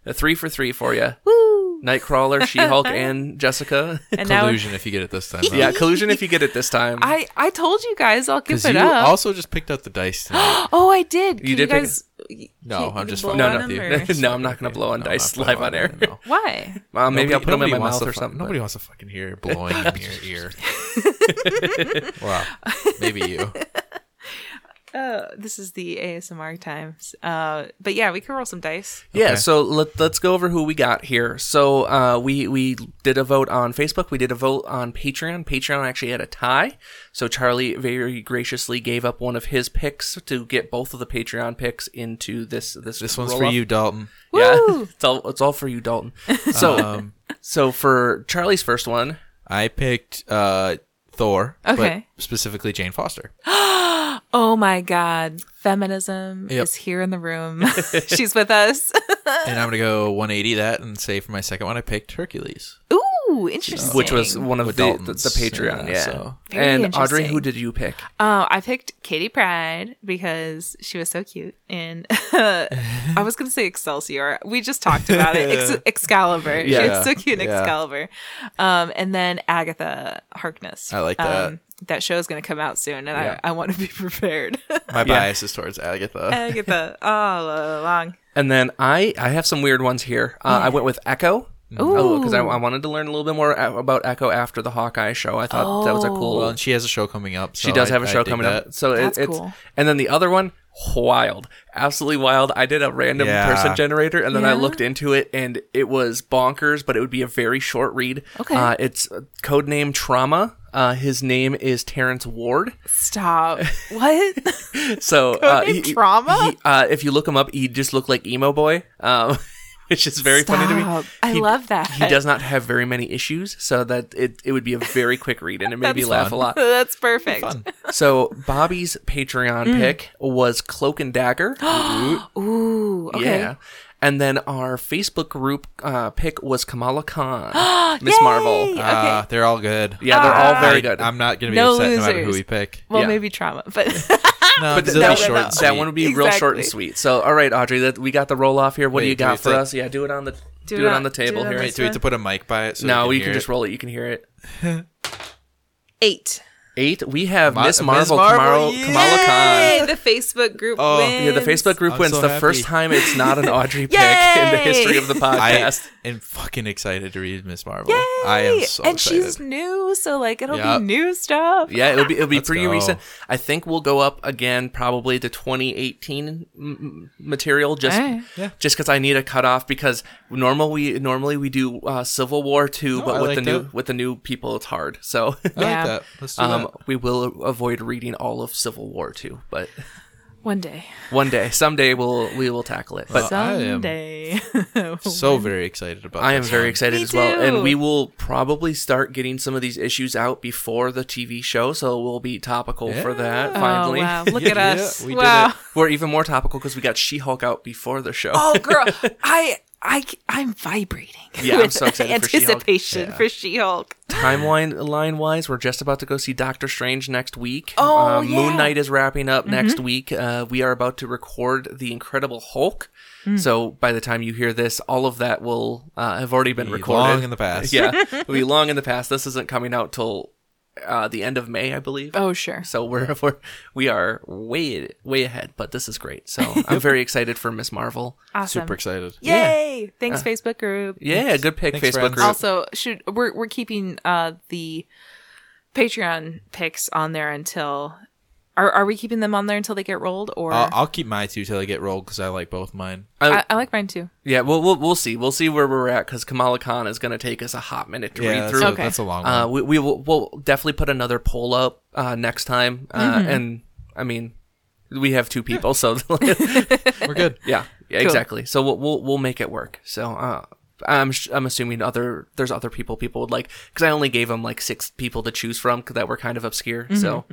[SPEAKER 1] A 3 for 3 for you.
[SPEAKER 3] Woo!
[SPEAKER 1] Nightcrawler, She-Hulk, and Jessica.
[SPEAKER 3] And now
[SPEAKER 2] Collusion if you get it this time.
[SPEAKER 1] yeah, collusion if you get it this time.
[SPEAKER 3] I I told you guys I'll give
[SPEAKER 2] Because
[SPEAKER 3] it
[SPEAKER 2] you
[SPEAKER 3] up.
[SPEAKER 2] also just picked up the dice tonight.
[SPEAKER 3] oh, I did. Can
[SPEAKER 1] You did pick-
[SPEAKER 3] guys.
[SPEAKER 2] No,
[SPEAKER 3] can-
[SPEAKER 2] I'm
[SPEAKER 3] you
[SPEAKER 2] just
[SPEAKER 3] blow
[SPEAKER 2] fucking
[SPEAKER 1] no, no,
[SPEAKER 3] on
[SPEAKER 2] with you.
[SPEAKER 3] them or-
[SPEAKER 1] no, I'm not gonna blow on
[SPEAKER 2] No, I'm
[SPEAKER 1] dice
[SPEAKER 2] not
[SPEAKER 1] live
[SPEAKER 2] blowing
[SPEAKER 1] on air.
[SPEAKER 2] them, no.
[SPEAKER 3] Why?
[SPEAKER 1] Uh, maybe I'll put them in
[SPEAKER 2] Nobody
[SPEAKER 1] my
[SPEAKER 2] wants
[SPEAKER 1] mouth
[SPEAKER 2] to
[SPEAKER 1] or
[SPEAKER 2] fuck-
[SPEAKER 1] something.
[SPEAKER 2] Nobody wants to fucking hear blowing in your ear. wow. Maybe you.
[SPEAKER 3] Uh, this is the ASMR times. Uh, but yeah, we can roll some dice.
[SPEAKER 1] Yeah,
[SPEAKER 2] Okay.
[SPEAKER 1] so let, let's go over who we got here. So uh, we we did a vote on Facebook. We did a vote on Patreon. Patreon actually had a tie. So Charlie very graciously gave up one of his picks to get both of the Patreon picks into this this.
[SPEAKER 2] This one's for
[SPEAKER 1] roll-up.
[SPEAKER 2] you, Dalton.
[SPEAKER 1] Yeah,
[SPEAKER 3] Woo!
[SPEAKER 1] it's all it's all for you, Dalton. So
[SPEAKER 2] Um,
[SPEAKER 1] so for Charlie's first one,
[SPEAKER 2] I picked uh, Thor,
[SPEAKER 3] Okay.
[SPEAKER 2] but specifically Jane Foster.
[SPEAKER 3] Oh my God, feminism
[SPEAKER 2] Yep.
[SPEAKER 3] is here in the room. She's with us.
[SPEAKER 2] and I'm going to go 180 that and say for my second one, I picked Hercules.
[SPEAKER 3] Ooh, interesting.
[SPEAKER 1] which was one of the,
[SPEAKER 2] With
[SPEAKER 1] the,
[SPEAKER 2] Dalton's,
[SPEAKER 1] the Patreon.
[SPEAKER 2] yeah,
[SPEAKER 1] Yeah.
[SPEAKER 2] so.
[SPEAKER 3] Very
[SPEAKER 1] and Audrey,
[SPEAKER 3] interesting.
[SPEAKER 1] who did you pick?
[SPEAKER 3] Oh, I picked Katie Pride because she was so cute, and I was gonna say Excelsior. We just talked about it. Ex- Excalibur. She
[SPEAKER 2] Yeah.
[SPEAKER 3] was so cute in
[SPEAKER 2] Yeah.
[SPEAKER 3] Excalibur. Um, and then Agatha Harkness.
[SPEAKER 2] I like that.
[SPEAKER 3] Um, that show is gonna come out soon, and
[SPEAKER 2] Yeah.
[SPEAKER 3] I, I want to be prepared.
[SPEAKER 2] My bias is towards
[SPEAKER 3] Uh,
[SPEAKER 2] Agatha.
[SPEAKER 3] Agatha all along.
[SPEAKER 1] And then I I have some weird ones here. Uh, I went with Echo. Oh, because I, I wanted to learn a little bit more a- about Echo after the Hawkeye show. I thought that was a cool.
[SPEAKER 2] Well, and she has a show coming up.
[SPEAKER 1] she does have a show coming up, so it,
[SPEAKER 3] Oh. That's
[SPEAKER 1] it's
[SPEAKER 3] cool.
[SPEAKER 1] and then the other one, wild, absolutely wild. I did a random
[SPEAKER 2] Yeah.
[SPEAKER 1] person generator, and then I
[SPEAKER 3] Yeah?
[SPEAKER 1] looked into it, and it was bonkers, but it would be a very short read.
[SPEAKER 3] Okay.
[SPEAKER 1] uh, it's codename Trauma. Uh, his name is Terrence Ward.
[SPEAKER 3] Stop. What?
[SPEAKER 1] So uh,
[SPEAKER 3] Codename Trauma?
[SPEAKER 1] he- uh, if you look him up, he just looked like emo boy, um, which is very funny to me.
[SPEAKER 3] Stop. I love that.
[SPEAKER 1] He does not have very many issues, so that it it would be a very quick read, and it made me laugh a lot.
[SPEAKER 3] That's perfect.
[SPEAKER 1] So Bobby's Patreon
[SPEAKER 3] Mm.
[SPEAKER 1] pick was Cloak and Dagger.
[SPEAKER 3] Ooh. Okay.
[SPEAKER 1] Yeah. And then our Facebook group uh, pick was Kamala Khan, Miss Marvel.
[SPEAKER 3] Yay! Uh,
[SPEAKER 2] Uh, they're all good.
[SPEAKER 1] Yeah, they're all very
[SPEAKER 2] I-
[SPEAKER 1] good.
[SPEAKER 2] I'm not going to be
[SPEAKER 3] No
[SPEAKER 2] upset no matter who
[SPEAKER 3] losers.
[SPEAKER 2] we pick.
[SPEAKER 3] Well,
[SPEAKER 1] Yeah.
[SPEAKER 3] maybe trauma, but
[SPEAKER 2] No,
[SPEAKER 1] but
[SPEAKER 2] but
[SPEAKER 1] th-
[SPEAKER 2] it'll
[SPEAKER 1] that,
[SPEAKER 2] be
[SPEAKER 1] one-
[SPEAKER 2] short and
[SPEAKER 1] that
[SPEAKER 2] sweet.
[SPEAKER 1] one would be real short and
[SPEAKER 3] Exactly.
[SPEAKER 1] sweet. So, all right, Audrey, that we got the roll off here. What do
[SPEAKER 2] Wait,
[SPEAKER 1] you
[SPEAKER 2] do we
[SPEAKER 1] got
[SPEAKER 2] have
[SPEAKER 1] for
[SPEAKER 2] to-
[SPEAKER 1] us? Yeah, do it on the do, it on the table
[SPEAKER 3] do it on
[SPEAKER 1] here.
[SPEAKER 3] the-
[SPEAKER 2] Wait, do we have to put a mic by it? So
[SPEAKER 1] no,
[SPEAKER 2] we
[SPEAKER 1] you can
[SPEAKER 2] hear
[SPEAKER 1] just
[SPEAKER 2] it?
[SPEAKER 1] roll it. You can hear it.
[SPEAKER 3] eight.
[SPEAKER 1] Eight. We have
[SPEAKER 2] Ma-
[SPEAKER 1] Miss
[SPEAKER 2] Ms.
[SPEAKER 1] Marvel,
[SPEAKER 2] Marvel,
[SPEAKER 1] Kamala,
[SPEAKER 2] yeah.
[SPEAKER 1] Kamala Khan.
[SPEAKER 3] Yay, the Facebook group
[SPEAKER 2] Oh,
[SPEAKER 3] wins.
[SPEAKER 1] Yeah, the Facebook group
[SPEAKER 2] I'm
[SPEAKER 1] wins.
[SPEAKER 2] so
[SPEAKER 1] the
[SPEAKER 2] happy.
[SPEAKER 1] first time it's not an Audrey pick in the
[SPEAKER 3] Yay!
[SPEAKER 1] history of the
[SPEAKER 2] I
[SPEAKER 1] podcast.
[SPEAKER 2] am fucking excited to read Miss Marvel. I am so
[SPEAKER 3] and
[SPEAKER 2] excited.
[SPEAKER 3] she's new, so like it'll
[SPEAKER 2] Yep.
[SPEAKER 3] be new stuff.
[SPEAKER 1] yeah, it'll be it'll be
[SPEAKER 2] Let's
[SPEAKER 1] pretty
[SPEAKER 2] go.
[SPEAKER 1] recent. I think we'll go up again probably to 2018 m- m- material just
[SPEAKER 3] Alright.
[SPEAKER 2] Yeah.
[SPEAKER 1] just because I need a cutoff because normal we normally we do uh, Civil War two, but
[SPEAKER 2] I
[SPEAKER 1] with
[SPEAKER 2] like
[SPEAKER 1] the new
[SPEAKER 2] that.
[SPEAKER 1] with the new people it's hard. So
[SPEAKER 2] I like
[SPEAKER 3] Yeah.
[SPEAKER 2] that. Let's do
[SPEAKER 1] um,
[SPEAKER 2] that.
[SPEAKER 1] we will avoid reading all of Civil War two, but
[SPEAKER 3] One day,
[SPEAKER 1] one day, someday we'll we will tackle it. But
[SPEAKER 2] Well, I am-
[SPEAKER 3] someday. Oh,
[SPEAKER 2] So very excited about.
[SPEAKER 1] I am
[SPEAKER 2] this
[SPEAKER 1] very
[SPEAKER 2] one.
[SPEAKER 1] excited
[SPEAKER 3] Me
[SPEAKER 1] as well, and
[SPEAKER 3] too.
[SPEAKER 1] we will probably start getting some of these issues out before the TV show, so we'll be topical for that. Finally,
[SPEAKER 3] oh wow! Look at
[SPEAKER 2] Yeah,
[SPEAKER 3] us.
[SPEAKER 2] we did
[SPEAKER 3] wow.
[SPEAKER 2] it.
[SPEAKER 1] we're even more topical because we got She Hulk out before the show.
[SPEAKER 3] Oh, girl, I, I, I'm vibrating.
[SPEAKER 1] Yeah, I'm
[SPEAKER 3] with
[SPEAKER 1] so excited for She-Hulk.
[SPEAKER 3] anticipation for She-Hulk.
[SPEAKER 1] timeline line wise, we're just about to go see Doctor Strange next week.
[SPEAKER 3] Oh,
[SPEAKER 1] Um, Moon
[SPEAKER 3] yeah. Mm-hmm.
[SPEAKER 1] Knight is wrapping up next week. Uh, we are about to record the Incredible Hulk,
[SPEAKER 3] Mm.
[SPEAKER 1] so by the time you hear this, all of that will uh, have already been
[SPEAKER 2] Be
[SPEAKER 1] recorded.
[SPEAKER 2] long in the past.
[SPEAKER 1] yeah, it'll be long in the past. This isn't coming out till uh, the end of May, I believe.
[SPEAKER 3] Oh, sure.
[SPEAKER 1] So we're, we're we are way way ahead, but this is great. So I'm very excited for Miss Marvel.
[SPEAKER 3] Awesome.
[SPEAKER 2] Super excited.
[SPEAKER 3] Yay! Thanks, Facebook group.
[SPEAKER 1] Yeah, good pick,
[SPEAKER 2] Thanks,
[SPEAKER 1] Facebook
[SPEAKER 2] friends.
[SPEAKER 1] group.
[SPEAKER 3] Also, should we're we're keeping uh the Patreon picks on there until are are we keeping them on there until they get rolled or
[SPEAKER 1] Uh,
[SPEAKER 2] I'll, I'll keep my two till I get rolled because I like both mine.
[SPEAKER 3] I, I like mine too.
[SPEAKER 1] Yeah, we'll, we'll we'll see. We'll see where we're at because Kamala Khan is going to take us a hot minute to read
[SPEAKER 2] that's,
[SPEAKER 1] through.
[SPEAKER 2] a,
[SPEAKER 3] Okay.
[SPEAKER 2] that's a long one.
[SPEAKER 1] Uh, we we will we'll definitely put another poll up uh, next time, uh, and I mean, we have two people, so
[SPEAKER 2] We're good.
[SPEAKER 1] yeah, yeah, exactly. So we'll, we'll we'll make it work. So uh, I'm sh- I'm assuming other there's other people people would like because I only gave them like six people to choose from 'cause that were kind of obscure. so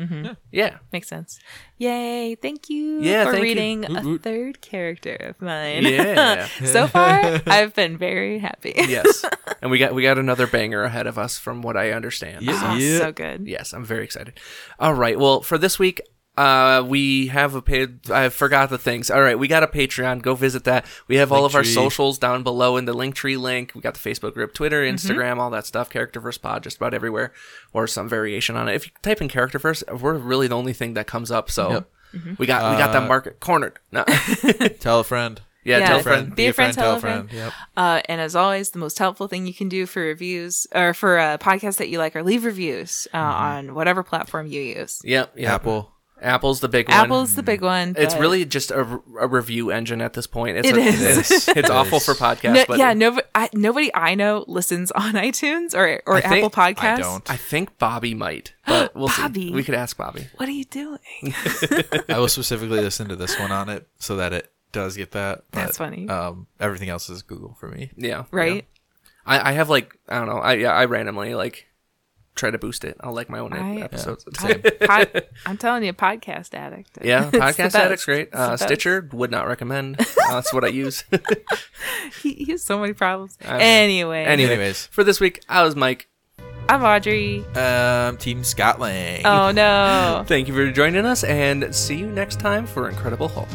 [SPEAKER 1] yeah,
[SPEAKER 3] Makes sense. Yay! Thank you
[SPEAKER 1] Yeah,
[SPEAKER 3] for
[SPEAKER 1] thank you.
[SPEAKER 3] reading
[SPEAKER 2] Woot
[SPEAKER 3] a
[SPEAKER 2] woot.
[SPEAKER 3] third character of mine.
[SPEAKER 1] Yeah.
[SPEAKER 3] so far, I've been very happy.
[SPEAKER 1] yes, and we got we got another banger ahead of us from what I understand.
[SPEAKER 2] Yeah.
[SPEAKER 3] Oh, So good.
[SPEAKER 1] Yes, I'm very excited. All right. Well, for this week, uh, we have a paid. I forgot the things. All right, we got a Patreon. Go visit that. We have all of our
[SPEAKER 2] Linktree.
[SPEAKER 1] socials down below in the Linktree link. We got the Facebook group, Twitter,
[SPEAKER 3] Mm-hmm.
[SPEAKER 1] Instagram, all that stuff. Characterverse Pod, just about everywhere, or some variation on it. If you type in Characterverse, we're really the only thing that comes up. So
[SPEAKER 3] Mm-hmm.
[SPEAKER 1] we got we got that
[SPEAKER 2] Uh,
[SPEAKER 1] market cornered. No. yeah,
[SPEAKER 2] Tell a friend.
[SPEAKER 1] tell a
[SPEAKER 3] Be
[SPEAKER 1] friend.
[SPEAKER 3] a friend, tell a friend.
[SPEAKER 2] Yep.
[SPEAKER 3] Uh, and as always, the most helpful thing you can do for reviews or for a podcast that you like are leave reviews uh, on whatever platform you use.
[SPEAKER 1] Yep, yep.
[SPEAKER 2] Apple.
[SPEAKER 1] Apple's the big one.
[SPEAKER 3] Apple's the big one.
[SPEAKER 1] It's
[SPEAKER 3] but-
[SPEAKER 1] really just a, a review engine at this point. It's
[SPEAKER 3] It
[SPEAKER 1] a-
[SPEAKER 3] is.
[SPEAKER 1] It's, it's awful for podcasts.
[SPEAKER 3] No-
[SPEAKER 1] but
[SPEAKER 3] yeah. No, I, nobody I know listens on iTunes or or
[SPEAKER 1] think-
[SPEAKER 3] Apple Podcasts.
[SPEAKER 2] I don't.
[SPEAKER 1] I think Bobby might, but we'll see.
[SPEAKER 3] Bobby.
[SPEAKER 1] We could ask Bobby.
[SPEAKER 3] What are you doing?
[SPEAKER 2] I will specifically listen to this one on it so that it does get that. But,
[SPEAKER 3] That's funny.
[SPEAKER 2] Um, everything else is Google for me.
[SPEAKER 1] Yeah.
[SPEAKER 3] Right.
[SPEAKER 1] I, I have like I don't know. I yeah, I randomly like try to boost it. I'll like my own ep-
[SPEAKER 3] I-
[SPEAKER 1] episodes.
[SPEAKER 3] Pod, I'm telling you, podcast addict.
[SPEAKER 1] Yeah,
[SPEAKER 3] It's the
[SPEAKER 1] podcast
[SPEAKER 3] best.
[SPEAKER 1] addicts great.
[SPEAKER 3] It's the
[SPEAKER 1] Uh,
[SPEAKER 3] best.
[SPEAKER 1] Stitcher would not recommend. Uh, that's what I use.
[SPEAKER 3] He, he has so many problems.
[SPEAKER 1] don't know.
[SPEAKER 3] Anyway,
[SPEAKER 1] anyway,
[SPEAKER 2] Anyways.
[SPEAKER 1] for this week, I was Mike.
[SPEAKER 3] I'm Audrey.
[SPEAKER 2] Um, Team Scotland.
[SPEAKER 3] Oh no.
[SPEAKER 1] Thank you for joining us, and see you next time for Incredible Hulk.